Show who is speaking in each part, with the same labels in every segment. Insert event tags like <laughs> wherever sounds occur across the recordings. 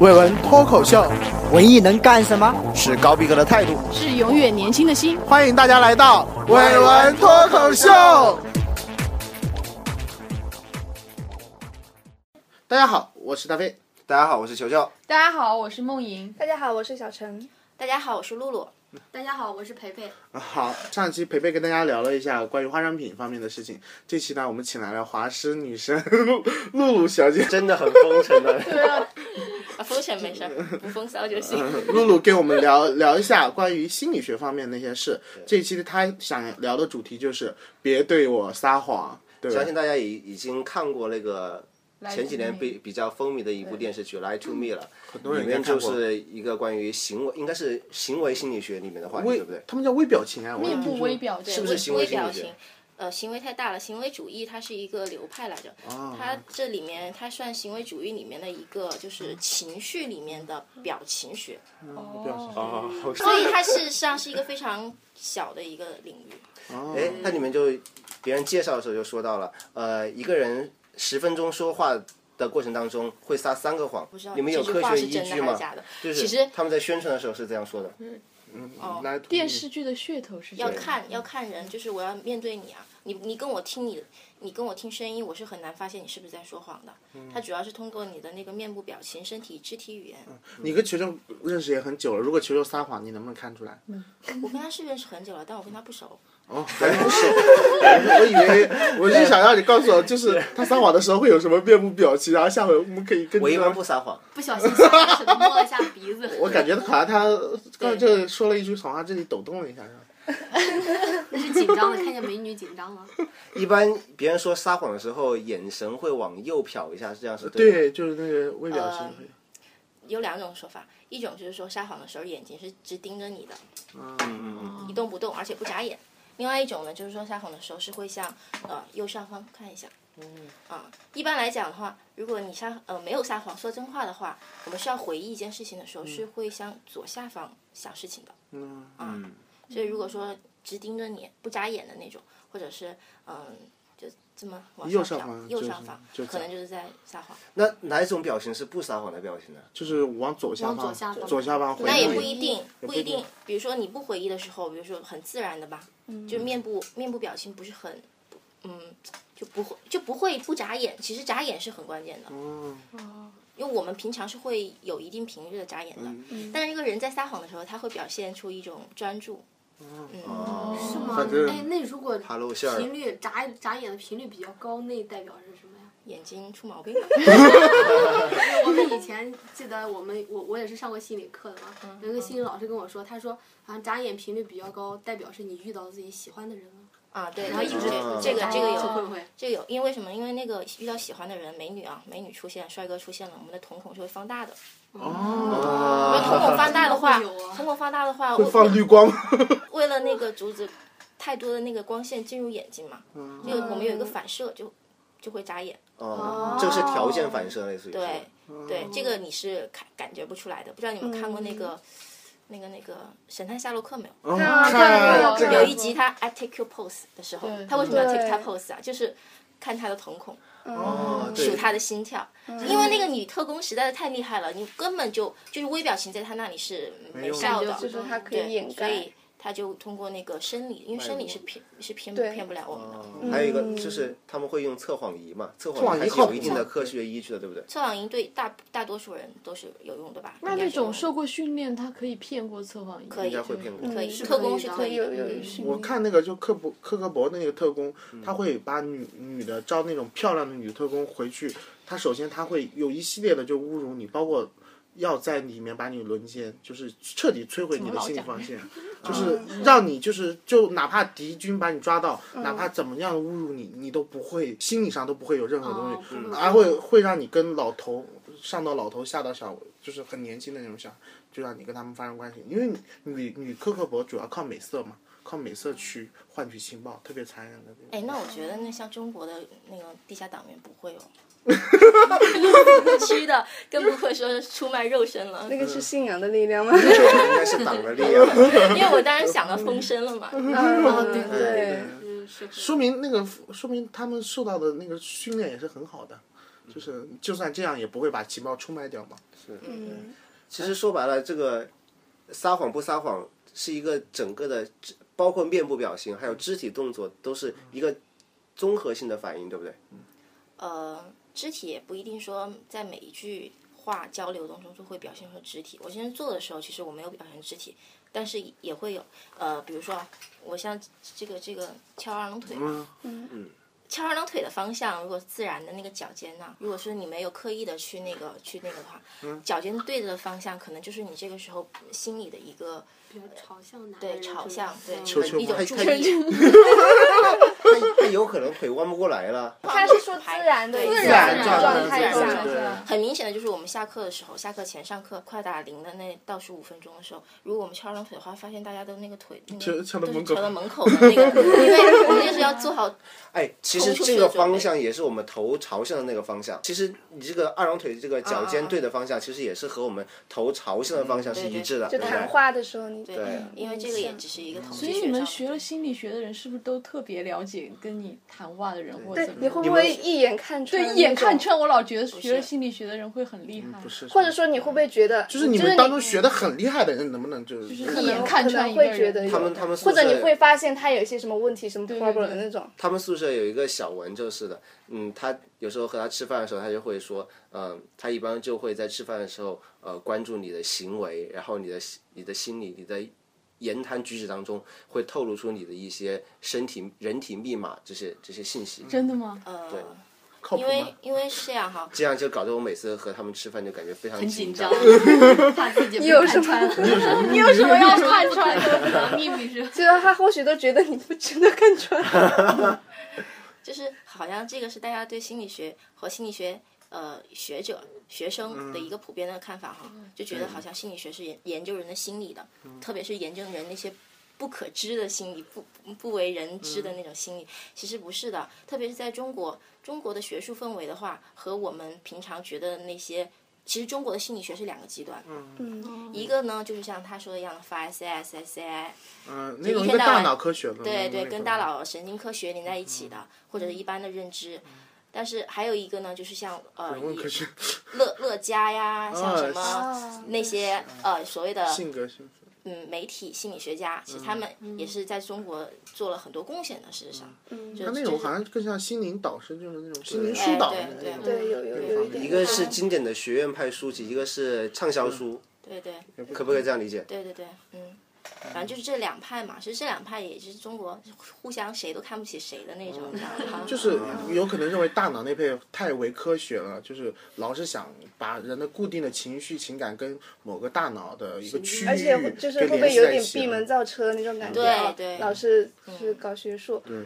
Speaker 1: 伟文脱口秀
Speaker 2: 文艺能干什么？
Speaker 1: 是高逼格的态度，
Speaker 3: 是永远年轻的心。
Speaker 1: 欢迎大家来到伟文脱口秀。大家好，我是大飞。
Speaker 4: 大家好，我是球球。
Speaker 5: 大家好，我是梦莹。
Speaker 6: 大家好，我是小陈。
Speaker 7: 大家好，我是露露。大家好，我是培培。
Speaker 1: 好，上期培培跟大家聊了一下关于化妆品方面的事情，这期呢，我们请来了华师女神露露露小姐，
Speaker 4: 真的很风尘
Speaker 7: <laughs>
Speaker 4: 的。
Speaker 7: 啊，风险没事
Speaker 4: <laughs>
Speaker 7: 儿，不风骚就行。
Speaker 1: <laughs> 露露跟我们聊聊一下关于心理学方面的那些事。这期她想聊的主题就是别对我撒谎，对吧
Speaker 4: 相？信大家已已经看过那个前几年比比较风靡的一部电视剧《Lie to Me》了，
Speaker 1: 人
Speaker 4: 里
Speaker 1: 应
Speaker 4: 面
Speaker 1: 该看
Speaker 4: 就
Speaker 1: 过
Speaker 4: 是一个关于行为，应该是行为心理学里面的话题，
Speaker 1: 微
Speaker 4: 对不对？
Speaker 1: 他们叫微表情啊，我
Speaker 3: 面部
Speaker 1: 听说
Speaker 3: 微表情，
Speaker 4: 是不是行为
Speaker 7: 微
Speaker 4: 心
Speaker 7: 表
Speaker 4: 理学
Speaker 7: 情？，呃，行为太大了。行为主义它是一个流派来着，
Speaker 4: 哦
Speaker 1: 啊
Speaker 7: 它这里面它算行为主义里面的一个，就是情绪里面的表情学，
Speaker 4: 哦，
Speaker 1: <laughs>
Speaker 7: 所以它事实上是一个非常小的一个领域。
Speaker 1: 哦
Speaker 4: 哎，它里面就别人介绍的时候就说到了，呃，一个人十分钟说话的过程当中会撒三个谎
Speaker 7: 不知道，
Speaker 4: 你们有
Speaker 7: 这
Speaker 4: 科
Speaker 7: 句话
Speaker 4: 学
Speaker 7: 是
Speaker 4: 依
Speaker 7: 真
Speaker 4: 据
Speaker 7: 的还
Speaker 4: 吗
Speaker 7: 是？假的？
Speaker 4: 就
Speaker 7: 其
Speaker 4: 是
Speaker 7: 实嗯
Speaker 4: 他们在宣传的时候是这样说的，
Speaker 1: 来
Speaker 3: 电视剧的噱头是
Speaker 7: 要看要看人，就是我要面对你啊，你你跟我听你，你跟我听声音，我是很难发现你是不是在说谎的。
Speaker 4: 嗯
Speaker 7: 它主要是通过你的那个面部表情、身体、肢体语言。
Speaker 1: 你跟球球认识也很久了，如果球球撒谎，你能不能看出来？
Speaker 7: 我跟他是认识很久了，但我跟他不熟。
Speaker 1: 哦，还不是，我以为 <laughs> 我是想让你告诉我，就是他撒谎的时候会有什么面部表情，然后下回我们可以跟。
Speaker 4: 我一般不撒谎。
Speaker 5: 不小心手摸了一下鼻子。
Speaker 4: <laughs>
Speaker 1: 我感觉好像他刚才就说了一句谎话，这里抖动了一下，是吧？
Speaker 5: 那是紧张的，看见美女紧
Speaker 4: <laughs>
Speaker 5: 张了。
Speaker 4: 一般别人说撒谎的时候，眼神会往右瞟一下，是这样是对的。
Speaker 1: 对，
Speaker 7: 嗯
Speaker 1: 就是那个微表情会。
Speaker 7: 有两种说法，一种就是说撒谎的时候眼睛是直盯着你的，
Speaker 4: 嗯嗯
Speaker 7: 一动不动，而且不眨眼；另外一种呢，就是说撒谎的时候是会向呃右上方看一下。
Speaker 1: 嗯
Speaker 7: 啊，一般来讲的话，如果你撒呃没有撒谎说真话的话，我们是要回忆一件事情的时候是会向左下方想事情的。
Speaker 1: 嗯，
Speaker 4: 嗯，
Speaker 7: 所以如果说直盯着你不眨眼的那种，或者是嗯就这么往
Speaker 1: 右
Speaker 7: 上
Speaker 1: 上
Speaker 7: 瞟
Speaker 1: 方
Speaker 7: 右
Speaker 1: 就是
Speaker 7: 上方，
Speaker 1: 就
Speaker 7: 可能
Speaker 1: 这
Speaker 7: 就是在撒谎。
Speaker 4: 那哪一种表情是不撒谎的表情呢？
Speaker 1: 就是嗯往左下
Speaker 5: 往左下
Speaker 1: 方，
Speaker 5: 方
Speaker 1: 左下方回。
Speaker 7: 那也不
Speaker 1: 定。
Speaker 7: 一定，不
Speaker 1: 不一
Speaker 7: 一
Speaker 1: 定
Speaker 7: 定。比如说你不回忆的时候，比如说很自然的吧，就面部面部表情不是很，不嗯，就不会就不会不眨眼。其实眨眼是很关键的，
Speaker 1: 嗯，
Speaker 7: 因为我们平常是会有一定频率的眨眼的。
Speaker 1: 嗯
Speaker 7: 但是一个人在撒谎的时候，他会表现出一种专注。
Speaker 1: 哦
Speaker 7: 嗯，
Speaker 4: 哦
Speaker 5: 是吗
Speaker 1: 反正
Speaker 5: 哎，那如果
Speaker 4: 怕露馅儿
Speaker 5: 频率眨眨眼的频率比较高，那代表是什么呀？
Speaker 7: 眼睛出毛病
Speaker 1: <laughs>
Speaker 7: 了。
Speaker 5: 我们以前记得我们我我也是上过心理课的嘛，有一个心理老师跟我说，他说好像眨眼频率比较高，代表是你遇到自己喜欢的人了。哦
Speaker 7: 啊，对，
Speaker 5: 然后一直
Speaker 1: 哦
Speaker 4: 啊
Speaker 7: 这个这个
Speaker 5: 会
Speaker 7: 有
Speaker 5: 不会？
Speaker 7: 这个有，因为什么？因为那个遇到喜欢的人，美女啊，美女出现，帅哥出现了，我们的瞳孔是会放大的。
Speaker 4: 哦
Speaker 1: 哦
Speaker 7: 因为瞳孔放大的话，
Speaker 5: 真的会有啊
Speaker 7: 瞳孔放大的话，
Speaker 1: 会
Speaker 7: 我
Speaker 1: 放绿光吗？
Speaker 7: 为了那个阻止太多的那个光线进入眼睛嘛，这个我们有一个反射就就会眨眼。
Speaker 4: 哦，这个是条件反射，类似于是吧
Speaker 7: 对对，这个你是感感觉不出来的。不知道你们看过那个那个那个神探夏洛克没有？
Speaker 1: 哦看这
Speaker 7: 有
Speaker 1: 个
Speaker 7: 一集他 I take your pose 的时候，他为什么要 take 他 pose 啊？就是看他的瞳孔，
Speaker 4: 哦，对
Speaker 7: 数他的心跳，因为那个女特工实在是太厉害了，你根本就就是微表情在她那里是没效的，
Speaker 6: 就是它可以
Speaker 7: 对，
Speaker 6: 掩
Speaker 7: 所
Speaker 6: 盖。
Speaker 7: 以她就通过那个生理，因为生理是骗是骗不
Speaker 6: 对
Speaker 7: 骗不了我们的。嗯
Speaker 4: 哦还有一个就是他们会用测谎仪嘛，测
Speaker 1: 谎
Speaker 4: 谎仪还
Speaker 1: 仪
Speaker 4: 是
Speaker 1: 靠
Speaker 4: 有一
Speaker 1: 谱
Speaker 4: 定的
Speaker 1: 吗
Speaker 4: 科学依据的，对不对？
Speaker 7: 测谎仪对大大多数人都是有用的吧？
Speaker 3: 那
Speaker 7: 应该
Speaker 3: 那
Speaker 7: 是有用
Speaker 3: 种
Speaker 7: 的
Speaker 3: 受过训练，他可以骗过测谎仪，可
Speaker 7: 以
Speaker 4: 应该会骗过。
Speaker 7: 可以
Speaker 6: 嗯是
Speaker 7: 特
Speaker 5: 可以
Speaker 7: 工
Speaker 5: 的
Speaker 7: 是可以
Speaker 6: 有
Speaker 7: 的，
Speaker 6: 有
Speaker 7: 嗯
Speaker 6: 有训
Speaker 1: 我
Speaker 6: 练。
Speaker 1: 看那个就克博克格勃那个特工，他会把女女的招那种漂亮的女特工回去，他首先他会有一系列的就侮辱你，包括要在里面把你轮奸，就是彻底摧毁你的
Speaker 3: 老
Speaker 1: 心理
Speaker 3: 讲
Speaker 1: 防线，就是让你就是就哪怕敌军把你抓到，哪怕怎么样侮辱你，你都不会心理上都不会有任何东
Speaker 5: 哦
Speaker 1: 西，嗯
Speaker 5: 不
Speaker 1: 还会会让你跟老头上到老头下到小，就是很年轻的那种小孩，就啊让你跟他们发生关系，因为女女科克勃主要靠美色嘛，靠美色去换取情报，特别残忍的。
Speaker 7: 哎，那我觉得那像中国的那个地下党员不
Speaker 6: <laughs>
Speaker 7: 会哦，区的更不会说是出卖肉身了，
Speaker 6: 那个是信仰的力
Speaker 3: <laughs>
Speaker 6: 量吗？ <laughs>
Speaker 4: 应该是党的力量。
Speaker 1: <laughs>
Speaker 7: 因为我当时想到风声了嘛，
Speaker 6: <laughs> 嗯，对
Speaker 1: 对
Speaker 6: 对
Speaker 5: 嗯，是会
Speaker 1: 说明那个说明他们受到的那个训练也是很好的，就是就算这样也不会把情报出卖掉嘛。
Speaker 6: 嗯，
Speaker 4: 其实说白了，这个撒谎不撒谎是一个整个的，包括面部表情还有肢体动作，都是一个综合性的反应，对不对？
Speaker 7: 呃，肢体也不一定说在每一句话交流当中就会表现出肢体。我现在做的时候，其实我没有表现肢体，但是也会有呃，比如说啊我像这个这个翘二郎腿嘛，
Speaker 6: 嗯
Speaker 7: 翘二郎腿的方向，如果自然的那个脚尖呢、如果说你没有刻意的去那个去那个的话，
Speaker 6: 嗯
Speaker 7: 脚尖对着的方向，可能就是你这个时候心里的一个
Speaker 5: 比较朝向男
Speaker 7: 对
Speaker 5: 人
Speaker 7: 朝向对
Speaker 5: 求
Speaker 1: 求
Speaker 7: 一种
Speaker 1: 不
Speaker 7: 注
Speaker 1: 太
Speaker 7: 意，
Speaker 4: 他他有可能腿弯不过来了，
Speaker 6: 他是说自然的
Speaker 7: 对
Speaker 6: 一
Speaker 7: 自
Speaker 6: 个
Speaker 7: 然
Speaker 6: 状
Speaker 7: 自
Speaker 6: 态
Speaker 7: 然状
Speaker 6: 下
Speaker 7: 态
Speaker 1: 对，
Speaker 7: 很明显的就是我们下课的时候，下课前上课快打铃的那倒数五分钟的时候，如果我们翘二郎腿的话，发现大家都那个腿那
Speaker 1: 翘
Speaker 7: 个
Speaker 1: 翘到
Speaker 7: 都
Speaker 1: 门口
Speaker 7: 是翘到门口的那个，因为我们就是要做好
Speaker 4: 哎，其实这个方向也是我们头朝向的那个方向。其实你这个二郎腿这个脚尖对的方向，其实也是和我们头朝向的方向是一致的，对
Speaker 6: 就
Speaker 4: 不
Speaker 6: 谈
Speaker 4: 对？
Speaker 6: 话的时候，你对
Speaker 4: 对
Speaker 7: 因为这个也只是一个统
Speaker 3: 所
Speaker 7: 计
Speaker 3: 以
Speaker 7: 学
Speaker 3: 你们
Speaker 7: 上
Speaker 3: 学了心理学的人，是不是都特别了解跟你谈话的人或者怎么
Speaker 6: 你
Speaker 3: 样？
Speaker 6: 会不会一眼看穿？
Speaker 3: 对，一眼看。穿，我老觉得学了心理学的人会很厉害。
Speaker 1: 不是，
Speaker 6: 或者说你会不会觉得，就是
Speaker 1: 你们当中学的很厉害的人，能不能就是
Speaker 3: 是一
Speaker 6: 可
Speaker 3: 眼
Speaker 6: 能
Speaker 3: 看
Speaker 6: 可
Speaker 3: 穿
Speaker 6: 能
Speaker 3: 一个
Speaker 6: 会觉
Speaker 3: 人
Speaker 6: 得有
Speaker 4: 他们他们宿
Speaker 6: 或者
Speaker 4: 舍
Speaker 6: 你会发现他有一些什么问题，什么
Speaker 3: 对对
Speaker 6: problem 的那种。
Speaker 4: 他们宿舍有一个小文就是的，嗯，他有时候和他吃饭的时候，他就会说，嗯、他一般就会在吃饭的时候，呃，关注你的行为，然后你的你的心理、你的言谈举止当中，会透露出你的一些身体、人体密码这些这些信息。
Speaker 3: 真的吗？
Speaker 7: 呃，
Speaker 1: 靠谱
Speaker 7: 因为
Speaker 1: 吗？
Speaker 7: 因为是这样哈，
Speaker 4: 这样就搞得我每次和他们吃饭就感觉非常
Speaker 3: 很紧
Speaker 4: 张
Speaker 3: 张。，
Speaker 5: 怕自己被
Speaker 6: 有什
Speaker 5: 看
Speaker 6: 么
Speaker 5: 穿了，
Speaker 3: 你有什么要看穿
Speaker 5: <laughs>
Speaker 3: 的？
Speaker 5: 秘密是吧？
Speaker 6: 就是啊他或许都觉得你不值得看穿。
Speaker 7: 就是好像这个是大家对心理学和心理学呃学者、学生的一个普遍的看法哈，就觉得好像心理学是研研究人的心理的，特别是研究人那些不可知的心理、不不为人知的那种心理，其实不是的。特别是在中国，中国的学术氛围的话，和我们平常觉得那些。其实中国的心理学是两个极端，
Speaker 6: <laughs> 嗯，
Speaker 7: 一个呢就是像他说的一样的 FSI、SSI，
Speaker 1: 嗯，那种跟
Speaker 7: 一天到
Speaker 1: 大
Speaker 7: 晚
Speaker 1: 脑科学的，对
Speaker 7: 对对，跟大脑神经科学连在一起
Speaker 1: 嗯
Speaker 7: 的，或者是一般的认知。但是还有一个呢，就是像呃
Speaker 1: 问嗯科
Speaker 7: 以
Speaker 1: 学，
Speaker 7: 乐乐嘉呀，像什
Speaker 1: 啊嗯
Speaker 7: 么那些呃所谓的
Speaker 1: 性格性格，
Speaker 7: 嗯媒体心理学家，其实他们也是在中国做了很多贡献的。事实上，
Speaker 1: 他那种好像更像心灵导师，就是那种心灵
Speaker 4: 对
Speaker 1: 疏导的
Speaker 7: 对
Speaker 1: 那
Speaker 7: 对
Speaker 1: 种。
Speaker 6: 对，有有有一点。
Speaker 4: 一个是经典的学院派书籍，一个是畅销书，
Speaker 7: 对
Speaker 3: 嗯
Speaker 7: 对
Speaker 4: 可不可以这样理解？
Speaker 7: 对对对，嗯。反正就是这两派嘛，其实这两派也就是中国互相谁都看不起谁的那种，你知道吗？
Speaker 1: 就是有可能认为大脑那片太为科学了，就是老是想把人的固定的情绪、情感跟某个大脑的一个区域
Speaker 6: 而且
Speaker 1: <laughs>
Speaker 6: 会就是
Speaker 1: 给
Speaker 6: 会不
Speaker 1: 联
Speaker 6: 会
Speaker 1: 系
Speaker 6: 有
Speaker 1: 在一
Speaker 6: 点
Speaker 1: 起
Speaker 6: 闭
Speaker 1: 了
Speaker 6: 门造车那种感觉？
Speaker 7: 对
Speaker 6: 哦
Speaker 7: 对
Speaker 6: 老是
Speaker 3: 嗯
Speaker 6: 就是搞学术。
Speaker 7: 对，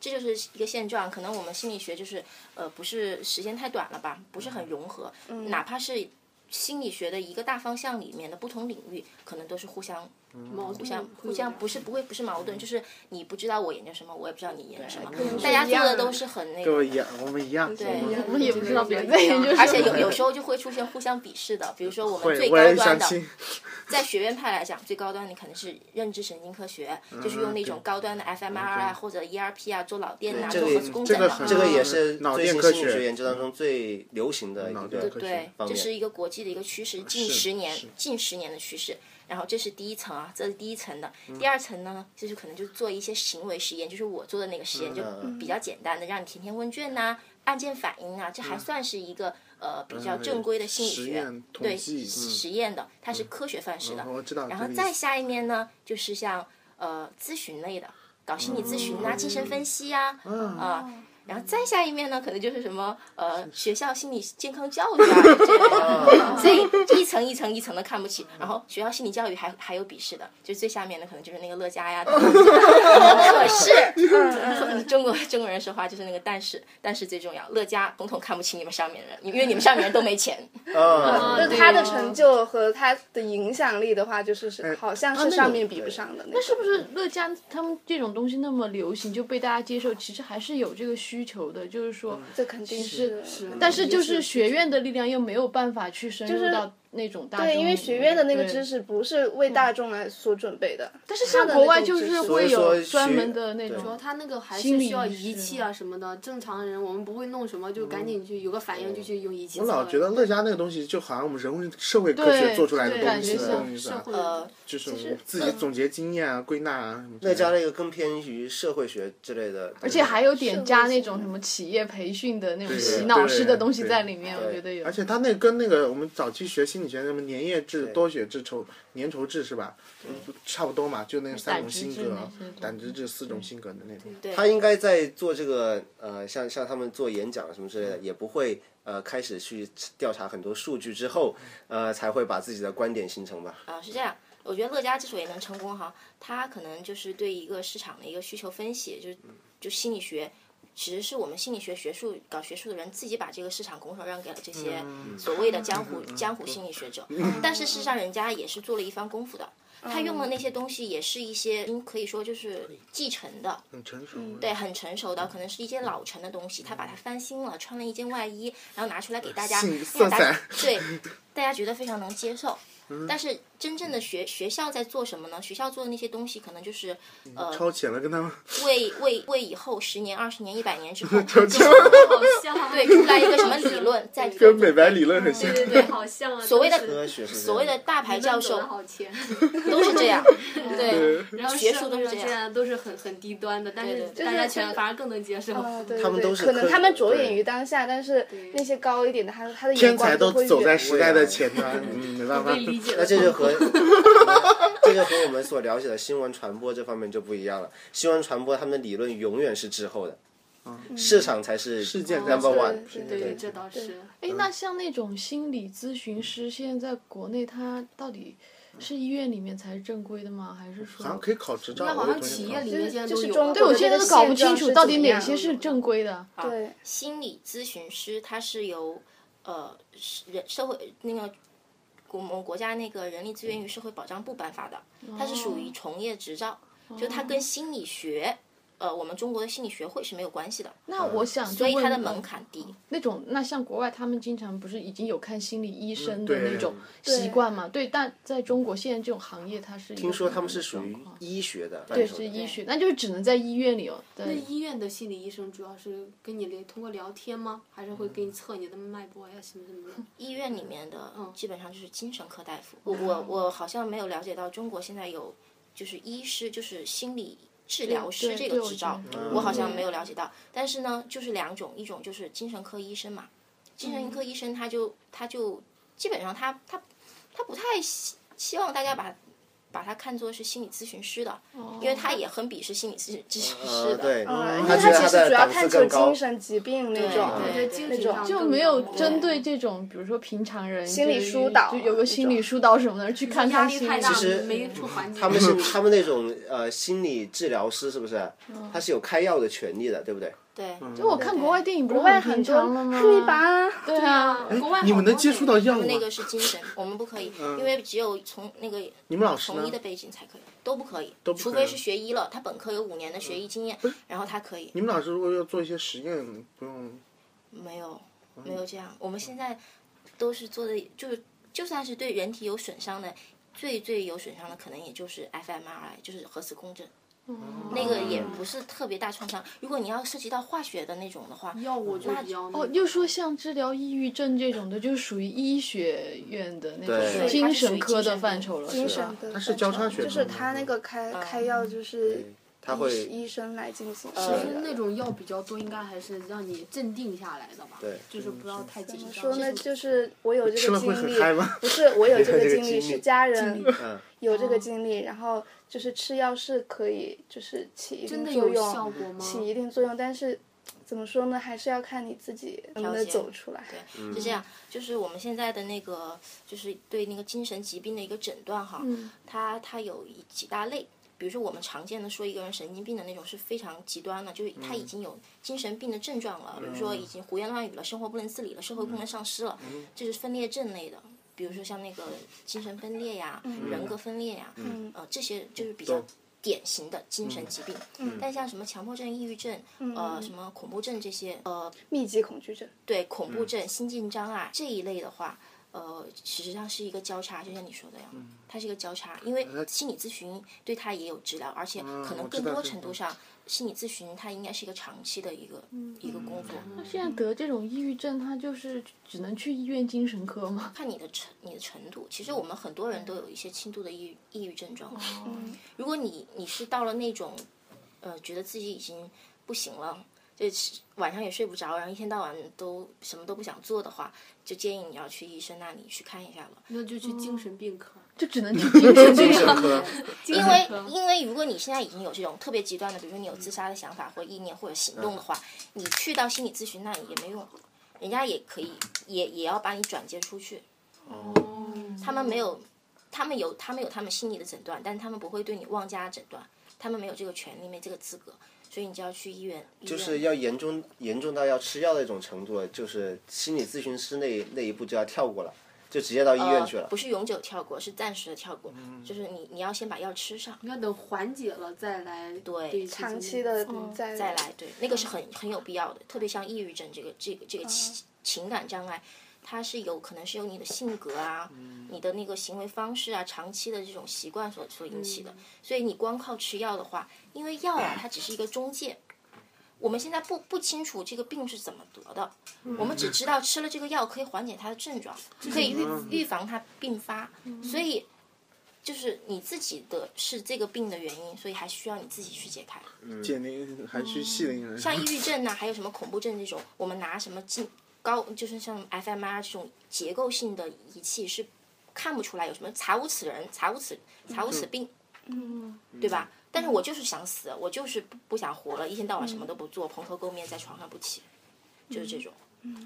Speaker 7: 这就是一个现状。可能我们心理学就是呃，不是时间太短了吧，不是很融合，
Speaker 6: 嗯
Speaker 7: 哪怕是。心理学的一个大方向里面的不同领域，可能都是互相、
Speaker 1: 嗯
Speaker 5: 矛盾
Speaker 7: 互
Speaker 6: 嗯
Speaker 7: 相、互相不是不会不是矛盾，就是你不知道我研究什么，我也不知道你研究什么
Speaker 6: 对跟我，
Speaker 7: 大家
Speaker 6: 一
Speaker 7: 做
Speaker 6: 样
Speaker 7: 的
Speaker 6: 的
Speaker 7: 都是很那
Speaker 1: 跟我
Speaker 7: 个
Speaker 1: 一样，我们一样，
Speaker 7: 对
Speaker 1: 我们
Speaker 7: 我
Speaker 3: 们也不知道别人在研究什么
Speaker 7: 而且有
Speaker 1: <laughs>
Speaker 7: 有时候就会出现互相鄙视的，比如说我们最
Speaker 1: 会，
Speaker 7: 高
Speaker 1: 我也相
Speaker 7: 端的，
Speaker 1: 亲，
Speaker 7: 在学院派来讲，最高端的可能是认知神经科学，
Speaker 1: 嗯
Speaker 7: 就是用那种高端的 fMRI 或者 ERP 啊，做脑电啊，
Speaker 4: 这
Speaker 7: 做
Speaker 4: 个
Speaker 7: 核磁共振
Speaker 1: 这个
Speaker 7: 啊
Speaker 1: 很，
Speaker 4: 这个也是
Speaker 1: 脑
Speaker 4: 最
Speaker 1: 电
Speaker 4: 新
Speaker 1: 科
Speaker 4: 心理
Speaker 1: 学
Speaker 4: 学研究当中最流行的一
Speaker 1: 脑
Speaker 4: 个
Speaker 1: 电科学
Speaker 7: 对，
Speaker 4: 方
Speaker 7: 这
Speaker 4: 面
Speaker 7: 是一个国际的一个趋势，近
Speaker 1: 是
Speaker 7: 十年
Speaker 1: 是
Speaker 7: 近十年的趋势。然后这是第一层啊，这是第一层的。第二层呢，就是可能就是做一些行为实验，就是我做的那个实验，就比较简单的，让你填填问卷呐、案件反应啊，这还算是一个呃比较正规的心理
Speaker 1: 实
Speaker 7: 学
Speaker 1: 验，统
Speaker 7: 对
Speaker 1: 计
Speaker 7: 实验的，它是科学范式的
Speaker 1: 嗯。我知道这
Speaker 7: 然
Speaker 1: 个
Speaker 7: 后
Speaker 1: 意
Speaker 7: 再
Speaker 1: 思
Speaker 7: 下一面呢，就是像呃咨询类的，搞心理咨询啊、精神分析啊，啊。然后再下一面呢，可能就是哦什么呃，学校心理健康教育啊这类的， <laughs> 所以这一层一层一层的看不起。然后学校心理教育还还有鄙视的，就最下面的可能就是那个乐嘉呀。等 <laughs> 等可是 <laughs> 中国中国人说话就是那个但是，但是最重要。乐嘉统统看不起你们上面人，因为你们上面人都没钱。
Speaker 4: 啊
Speaker 6: 那他的
Speaker 3: 啊
Speaker 6: 成就和他的影响力的话，就是
Speaker 1: 哎
Speaker 6: 是好像
Speaker 3: 啊
Speaker 6: 是上面比不上的那种。
Speaker 3: 是不是乐嘉他们这种东西那么流行，就被大家接受？其实还是有这个需求的，
Speaker 1: 嗯
Speaker 3: 就是说，
Speaker 6: 这肯定是的，
Speaker 3: 但是就是学院的力量又没有办法去深入到那种大众
Speaker 6: 对，因为学院的那个
Speaker 3: 对嗯
Speaker 6: 知识不是为大众来所准备的，但
Speaker 3: 但是像
Speaker 6: 的
Speaker 3: 国
Speaker 6: 那
Speaker 3: 外
Speaker 6: 种
Speaker 3: 就
Speaker 6: 知
Speaker 3: 是
Speaker 6: 识
Speaker 4: 所
Speaker 3: 会
Speaker 4: 以说
Speaker 3: 有专
Speaker 4: 学
Speaker 3: 门的那
Speaker 4: 对
Speaker 3: 种，
Speaker 5: 他那个还
Speaker 3: 心
Speaker 5: 是
Speaker 3: 理
Speaker 5: 需要
Speaker 3: 仪
Speaker 5: 仪
Speaker 3: 式
Speaker 5: 器啊什么的，正常人我们不会弄什么，就
Speaker 3: 嗯
Speaker 5: 赶紧去有个反应就去用仪器测
Speaker 1: 我
Speaker 5: 了。
Speaker 1: 老觉得乐嘉那个东西就好像我们人文社会科学
Speaker 3: 对
Speaker 1: 做出来的
Speaker 3: 对
Speaker 1: 东
Speaker 3: 感
Speaker 1: 西，
Speaker 3: 觉
Speaker 1: 懂我意思
Speaker 5: 社
Speaker 1: 吧？
Speaker 5: 会
Speaker 7: 呃，
Speaker 1: 就是
Speaker 7: 其实
Speaker 1: 自己总结经验啊、归纳啊什么之类的。
Speaker 4: 乐嘉那个更偏于社会学之类的，而
Speaker 3: 而且还有点加那种
Speaker 6: 性
Speaker 3: 什么企业培训的那种
Speaker 1: 对
Speaker 3: 洗
Speaker 1: 对
Speaker 3: 脑
Speaker 1: 对
Speaker 3: 式的东西
Speaker 1: 对
Speaker 3: 在里面，我
Speaker 4: 对
Speaker 3: 觉得有。
Speaker 1: 而且他那跟那个我们早期学心理学那什么年业制、多血制、酬粘稠制是吧？不差不多嘛，就那三种
Speaker 3: 胆汁
Speaker 1: 性
Speaker 3: 质
Speaker 1: 格
Speaker 3: 那些东，西
Speaker 1: 胆汁质四种性格的那种。
Speaker 7: 对
Speaker 4: 他应该在做这个呃，像像他们做演讲什么之类的，也不会呃开始去调查很多数据之后，呃才会把自己的观点形成吧。
Speaker 7: 啊，是这样。我觉得乐嘉之所以能成功哈，他可能就是对一个市场的一个需求分析，就是就心理学，其实是我们心理学学术搞学术的人自己把这个市场拱手让给了这些所谓的江湖、江湖心理学者，但是事实上人家也是做了一番功夫的，他用的那些东西也是一些嗯可以说就是继承的，
Speaker 1: 很成熟。
Speaker 7: 对，很成熟的，可能是一些老成的东西，他把它翻新了，穿了一件外衣，然后拿出来给大家，
Speaker 1: 性
Speaker 7: 让大
Speaker 1: 色
Speaker 7: 家
Speaker 1: 彩
Speaker 7: 对大家觉得非常能接受。但是真正的学学校在做什么呢？学校做的那些东西，可能就是
Speaker 1: 超前了，跟他们 <laughs>
Speaker 7: 为为为以后十年、二十年、一百年之后，对
Speaker 5: 好像啊
Speaker 7: 对出来一个什么理论，在
Speaker 1: 跟美白理论很像
Speaker 5: 对。
Speaker 1: <laughs>
Speaker 5: 对对，好像啊。所
Speaker 7: 谓的
Speaker 4: 科学是这样
Speaker 7: 所谓的大牌教授
Speaker 5: 好前，
Speaker 7: 都是这样，
Speaker 5: <laughs>
Speaker 7: 对，
Speaker 1: <laughs>
Speaker 5: 然后
Speaker 7: 学
Speaker 5: 社
Speaker 7: 术都
Speaker 5: 会
Speaker 7: 是
Speaker 5: 上
Speaker 7: 这
Speaker 5: 现在都是很很低端的，但
Speaker 7: 对
Speaker 5: 是
Speaker 7: 对
Speaker 5: 大家
Speaker 6: 就是
Speaker 5: 全反而更能接受。
Speaker 6: 啊，对对
Speaker 4: 他们
Speaker 6: 对
Speaker 4: 都是
Speaker 6: 可能
Speaker 4: 科
Speaker 6: 他们
Speaker 4: 学
Speaker 6: 着
Speaker 4: 对
Speaker 6: 眼于当下，但是
Speaker 5: 对
Speaker 6: 那些高一点的，他他的眼
Speaker 1: 天
Speaker 6: 光
Speaker 1: 才都
Speaker 6: 会
Speaker 1: 走在
Speaker 6: 远
Speaker 1: 时代的前端，嗯，没办法
Speaker 5: 被。理解
Speaker 4: 那
Speaker 5: 的
Speaker 4: 这
Speaker 5: 痛
Speaker 4: 就
Speaker 5: 苦
Speaker 6: <laughs>
Speaker 4: 和这就和我们所了解的新闻传播这方面就不一样了。新闻传播他们的理论永远是滞后的，
Speaker 6: 嗯
Speaker 4: 市场才是
Speaker 1: 事件才
Speaker 4: number
Speaker 1: 是
Speaker 4: one。
Speaker 6: 对
Speaker 5: 对
Speaker 6: 对
Speaker 5: 这倒是。
Speaker 3: 哎，那像那种心理咨询师，现在在国内他到底是医院里面才是正规的吗？还是说
Speaker 1: 好像可以考执照，
Speaker 5: 那好
Speaker 1: 我有
Speaker 5: 像
Speaker 1: 同学
Speaker 5: 企
Speaker 1: 考
Speaker 5: 业里
Speaker 6: 就
Speaker 5: 面
Speaker 6: 是
Speaker 5: 现在
Speaker 6: 就
Speaker 5: 都
Speaker 6: 是
Speaker 5: 有
Speaker 6: 中
Speaker 5: 了。
Speaker 6: 国
Speaker 3: 对，我现在都搞不清
Speaker 6: 现状
Speaker 3: 楚
Speaker 6: 是
Speaker 3: 到底
Speaker 6: 怎么
Speaker 3: 哪
Speaker 6: 样
Speaker 3: 些是正规的。
Speaker 6: 对
Speaker 7: 心理咨询师他是由呃是人社会那个我们国家那个人力资源与社会保障部颁发的，
Speaker 3: 哦
Speaker 7: 它是属于从业执照，就它跟心理学。呃，我们中国的心理学会是没有关系的，
Speaker 3: 那我想就
Speaker 7: 所以
Speaker 3: 问
Speaker 7: 它的
Speaker 3: 你
Speaker 7: 门槛低。
Speaker 3: 那种，那像国外他们经常不是已经有看心理医生的
Speaker 1: 对
Speaker 3: 那种习惯嘛？对，但在中国现在这种行业它是听
Speaker 4: 听说他们是属于医学的范畴
Speaker 3: 是
Speaker 4: 的，
Speaker 3: 医学，那就是只能在医院里哦。
Speaker 5: 那
Speaker 3: 对，
Speaker 5: 医院的心理医生主要是跟你聊，通过聊天吗？还是会给你测你的脉搏呀，什么什么的？
Speaker 7: 医院里面的
Speaker 3: 嗯
Speaker 7: 基本上就是精神科大夫。我
Speaker 3: 哦
Speaker 7: 我我好像没有了解到中国现在有就是医师，就是心理治疗师
Speaker 3: 对
Speaker 7: 这
Speaker 3: 对
Speaker 7: 个
Speaker 3: 我
Speaker 7: 执
Speaker 3: 知道
Speaker 7: 照
Speaker 3: 嗯，
Speaker 7: 我好像没有了解到。但是呢，就是两种，一种就是精神科医生嘛，精
Speaker 3: 嗯
Speaker 7: 神科医生他就他就基本上他他他不太希希望大家把。把他看作是心理咨询师的，
Speaker 3: 哦
Speaker 7: 因为他也很鄙视心理咨询咨询师
Speaker 4: 呃，
Speaker 7: 的。
Speaker 4: 对，
Speaker 6: 啊，因
Speaker 4: 他
Speaker 6: 为
Speaker 4: 觉
Speaker 6: 他
Speaker 4: 得
Speaker 6: 其
Speaker 4: 他
Speaker 6: 实
Speaker 4: 的
Speaker 6: 主要
Speaker 4: 档次
Speaker 6: 探究
Speaker 4: 更高
Speaker 6: 精。神疾病那
Speaker 7: 对
Speaker 6: 种
Speaker 7: 对
Speaker 5: 我觉得精神
Speaker 6: 种
Speaker 5: 上
Speaker 3: 就
Speaker 5: 更
Speaker 3: 没有
Speaker 5: 高
Speaker 3: 针对这种，比如说平常人
Speaker 6: 心理
Speaker 3: 就
Speaker 6: 疏导啊
Speaker 3: 就有个心理
Speaker 6: 这种
Speaker 3: 疏导什么的去看
Speaker 5: 压
Speaker 3: 看
Speaker 5: 力
Speaker 3: 心理。
Speaker 5: 太大
Speaker 4: 其实
Speaker 5: 了，没处缓解。
Speaker 4: 他
Speaker 6: <laughs>
Speaker 4: 们是
Speaker 5: <laughs>
Speaker 4: 他们那种呃心理治疗师是不是？
Speaker 6: 嗯
Speaker 4: 他是有开药的权利的，对不对？
Speaker 7: 对，
Speaker 3: 就
Speaker 4: 嗯
Speaker 3: 我看国外电影不是
Speaker 6: 国外
Speaker 3: 很
Speaker 6: 很
Speaker 3: 平
Speaker 6: 多
Speaker 3: 常了吗？
Speaker 6: 黑拔，
Speaker 3: 对啊，
Speaker 5: 国外
Speaker 1: 你们能
Speaker 5: 好多
Speaker 1: 接触到
Speaker 5: 那种
Speaker 1: 药
Speaker 7: 他们那
Speaker 1: 吗
Speaker 7: 个？是精神，我们不可以，
Speaker 4: 嗯
Speaker 7: 因为只有从那个
Speaker 1: 你们老师
Speaker 7: 从
Speaker 1: 呢
Speaker 7: 医的？背景才可以，都不可以，
Speaker 1: 不
Speaker 7: 除
Speaker 1: 可以嗯
Speaker 7: 非是学医了，他本科有五年的学医经验，然后他可以。
Speaker 1: 你们老师如果要做一些实验，不用
Speaker 7: 没有，没有这样，我们现在都是做的，就是就算是对人体有损伤的，最最有损伤的可能也就是 fMRI，就是核磁共振。那个也不是特别大创伤。如果你要涉及到化学的那种的话，
Speaker 5: 药物就比较
Speaker 3: 哦，又说像治疗抑郁症这种的，就是属于医学院的那
Speaker 4: 对
Speaker 3: 种
Speaker 4: 对
Speaker 3: 精神科的范畴了，
Speaker 6: 精
Speaker 3: 是啊
Speaker 6: 神
Speaker 3: 吧？
Speaker 6: 的，
Speaker 1: 它是交叉学
Speaker 6: 就
Speaker 1: 科
Speaker 6: 是
Speaker 1: 吗
Speaker 6: 他那个开开药就是
Speaker 4: 他
Speaker 6: 医
Speaker 4: 会
Speaker 6: 医生来进行，
Speaker 5: 呃其
Speaker 4: 是
Speaker 5: 实那种药比较多，应该还是让你镇定下来的吧。
Speaker 4: 对
Speaker 5: 就是不要太紧
Speaker 6: 怎么
Speaker 5: 张。
Speaker 6: 说呢？就是我有这
Speaker 1: 吃
Speaker 6: 个
Speaker 1: 了会
Speaker 6: 经
Speaker 1: 很
Speaker 6: 历
Speaker 1: 嗨吗，
Speaker 6: 不是我有
Speaker 1: <laughs>
Speaker 4: 这
Speaker 6: 这个
Speaker 4: 个
Speaker 6: 经历，
Speaker 4: 经历
Speaker 6: 是家人
Speaker 4: 嗯
Speaker 6: 有这个经历，然后就是吃药是可以，就是起一
Speaker 5: 真
Speaker 6: 定
Speaker 5: 的
Speaker 6: 作
Speaker 5: 有
Speaker 6: 用，
Speaker 5: 效果吗？
Speaker 6: 起一定作用，但是怎么说呢，还是要看你自己能不能走出来。
Speaker 1: 嗯
Speaker 7: 对，是这样，就是我们现在的那个，就是对那个精神疾病的一个诊断
Speaker 6: 嗯
Speaker 7: 哈，它它有一几大类，比如说我们常见的说一个人神经病的那种是非常极端的，就是他已经有精神病的症状了，比如说已经胡言乱语了，生活不能自理了，社会功能丧失了，这是分裂症类的。比如说像那个精神分裂呀、人格分裂呀，嗯、呃，这些就是比较典型的精神疾病。但像什么强迫症、抑郁症，呃，什么恐怖症这些，呃，
Speaker 6: 嗯密集恐惧症，
Speaker 1: 嗯
Speaker 7: 啊对恐怖症、心境障碍这一类的话，呃，实际上是一个交叉，就像你说的呀，
Speaker 1: 嗯
Speaker 7: 它是一个交叉，因为心理咨询对他也有治疗，而且可
Speaker 1: 嗯我
Speaker 7: 能
Speaker 1: 知
Speaker 7: 更
Speaker 1: 道
Speaker 7: 多
Speaker 1: 这
Speaker 7: 程
Speaker 1: 个
Speaker 7: 度上，心理咨询它应该是一个长期的一个一个工作。
Speaker 1: 嗯
Speaker 3: 那现在得这种抑郁症，他就是只能去医院精神科吗？
Speaker 7: 看你的程你的程度。其实我们很多人都有一些轻度的抑郁抑郁症状。如果你你是到了那种，呃，觉得自己已经不行了，就是晚上也睡不着，然后一天到晚都什么都不想做的话，就建议你要去医生那里去看一下了。
Speaker 5: 那就去精神病科。
Speaker 3: 就只能去精神
Speaker 1: 精神
Speaker 3: 科。
Speaker 1: 科，
Speaker 7: 因为因为如果你现在已经有这种特别极端的，比如说你有自杀的想法或意念或者行动的话，你去到心理咨询那里也没用，人家也可以也也要把你转接出去。
Speaker 5: 嗯
Speaker 7: 他们没有，他们有他们有他们心理的诊断，但是他们不会对你妄加诊断，他们没有这个权利，没这个资格，所以你就要去医院。就
Speaker 4: 就是要严重严重到要吃药的一种程度了，就是心理咨询师那那一步就要跳过了，就直接到医院去了。嗯
Speaker 7: 不是永久跳过，是暂时的跳过，就是你你要先把药吃上，
Speaker 5: 要等缓解了再来对嗯
Speaker 6: 长期的
Speaker 3: 嗯
Speaker 6: 嗯再
Speaker 7: 再来，对，嗯那个是很很有必要的，特别像抑郁症这个这个这个情情感障碍，它是有可能是由你的性格啊、你的那个行为方式啊、长期的这种习惯所所引起的。所以你光靠吃药的话，因为药啊，它只是一个中介。我们现在不不清楚这个病是怎么得的，我们只知道吃了这个药可以缓解它的症状，可以预预防它并发，所以就是你自己的是这个病的原因，所以还需要你自己去解开。
Speaker 1: <laughs> 减龄还去啊系龄人，
Speaker 7: 像抑郁症呐、还有什么恐怖症这种，我们拿什么进高，就是像 fMR 这种结构性的仪器是看不出来有什么查无此人、查无此、查无此病，嗯，对吧？但是我就是想死，我就是不不想活了，一天到晚什么都不做，蓬头垢面在床上不起，就是这种。
Speaker 6: 呃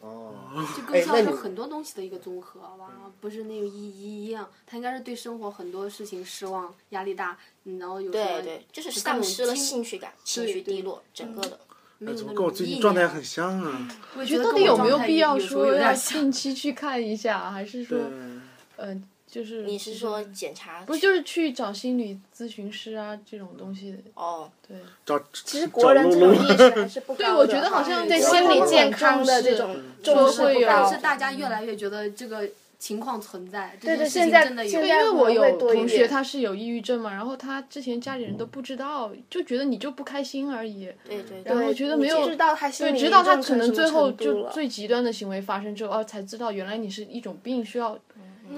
Speaker 4: 哦，
Speaker 1: 哎
Speaker 5: 就更像
Speaker 4: 那
Speaker 5: 是
Speaker 4: 你
Speaker 5: 很多东西的一个综合吧，
Speaker 1: 嗯
Speaker 5: 不是那个一一一样，他应该是对生活很多事情失望、压力大，嗯然后有什么
Speaker 7: 对对，就是
Speaker 5: 各
Speaker 7: 丧
Speaker 5: 种
Speaker 7: 失了
Speaker 5: 经
Speaker 7: 兴趣感，情绪
Speaker 5: 对
Speaker 7: 低落，整个的。
Speaker 5: 没有
Speaker 1: 哎怎么
Speaker 5: 那
Speaker 1: 跟我
Speaker 5: 种
Speaker 1: 最
Speaker 5: 意
Speaker 1: 近状态
Speaker 5: 念
Speaker 1: 很像啊？
Speaker 5: 我觉
Speaker 3: 觉
Speaker 5: 得跟
Speaker 3: 得到底
Speaker 5: 我
Speaker 3: 有
Speaker 5: 状
Speaker 3: 没有
Speaker 5: 态
Speaker 3: 必要
Speaker 5: 有时候
Speaker 3: 说
Speaker 5: 有
Speaker 3: 要
Speaker 5: 点像
Speaker 3: 定期去看一下，还是说，
Speaker 1: 嗯，
Speaker 3: 嗯、就是
Speaker 7: 你是说检查？
Speaker 3: 嗯不就是去找心理咨询师啊这种东西的？
Speaker 7: 哦，
Speaker 3: 对，
Speaker 1: 找
Speaker 6: 其实国人这种意识还是不高的。嗯
Speaker 3: 对我觉得好像
Speaker 6: 对
Speaker 3: 国
Speaker 6: 心
Speaker 3: 人
Speaker 6: 理
Speaker 3: 很
Speaker 6: 健
Speaker 3: 重
Speaker 6: 康的这
Speaker 3: 视
Speaker 6: 种
Speaker 3: 说
Speaker 6: 重视
Speaker 3: 会
Speaker 6: 不
Speaker 3: 有
Speaker 5: 但
Speaker 6: 高
Speaker 5: 是。大家越来越觉得这个情况存在，
Speaker 6: 对对
Speaker 5: 这件事
Speaker 6: 现
Speaker 5: 情
Speaker 6: 在
Speaker 5: 真的有
Speaker 6: 现
Speaker 3: 因
Speaker 6: 在
Speaker 3: 为我
Speaker 6: 会
Speaker 3: 有
Speaker 6: 多一
Speaker 3: 同学
Speaker 6: 点
Speaker 3: 他是有抑郁症嘛，然后他之前家里人都不知道，就觉得你就不开心而已。
Speaker 7: 对对
Speaker 3: 然后
Speaker 7: 对，
Speaker 3: 觉得
Speaker 6: 你
Speaker 3: 没有
Speaker 6: 知道他心
Speaker 3: 对，
Speaker 6: 理
Speaker 3: 直到
Speaker 6: 症
Speaker 3: 他
Speaker 6: 成
Speaker 3: 可能
Speaker 6: 什么
Speaker 3: 最后
Speaker 6: 程度
Speaker 3: 就
Speaker 6: 了
Speaker 3: 最极端的行为发生之后，哦，才知道原来你是一种病，需要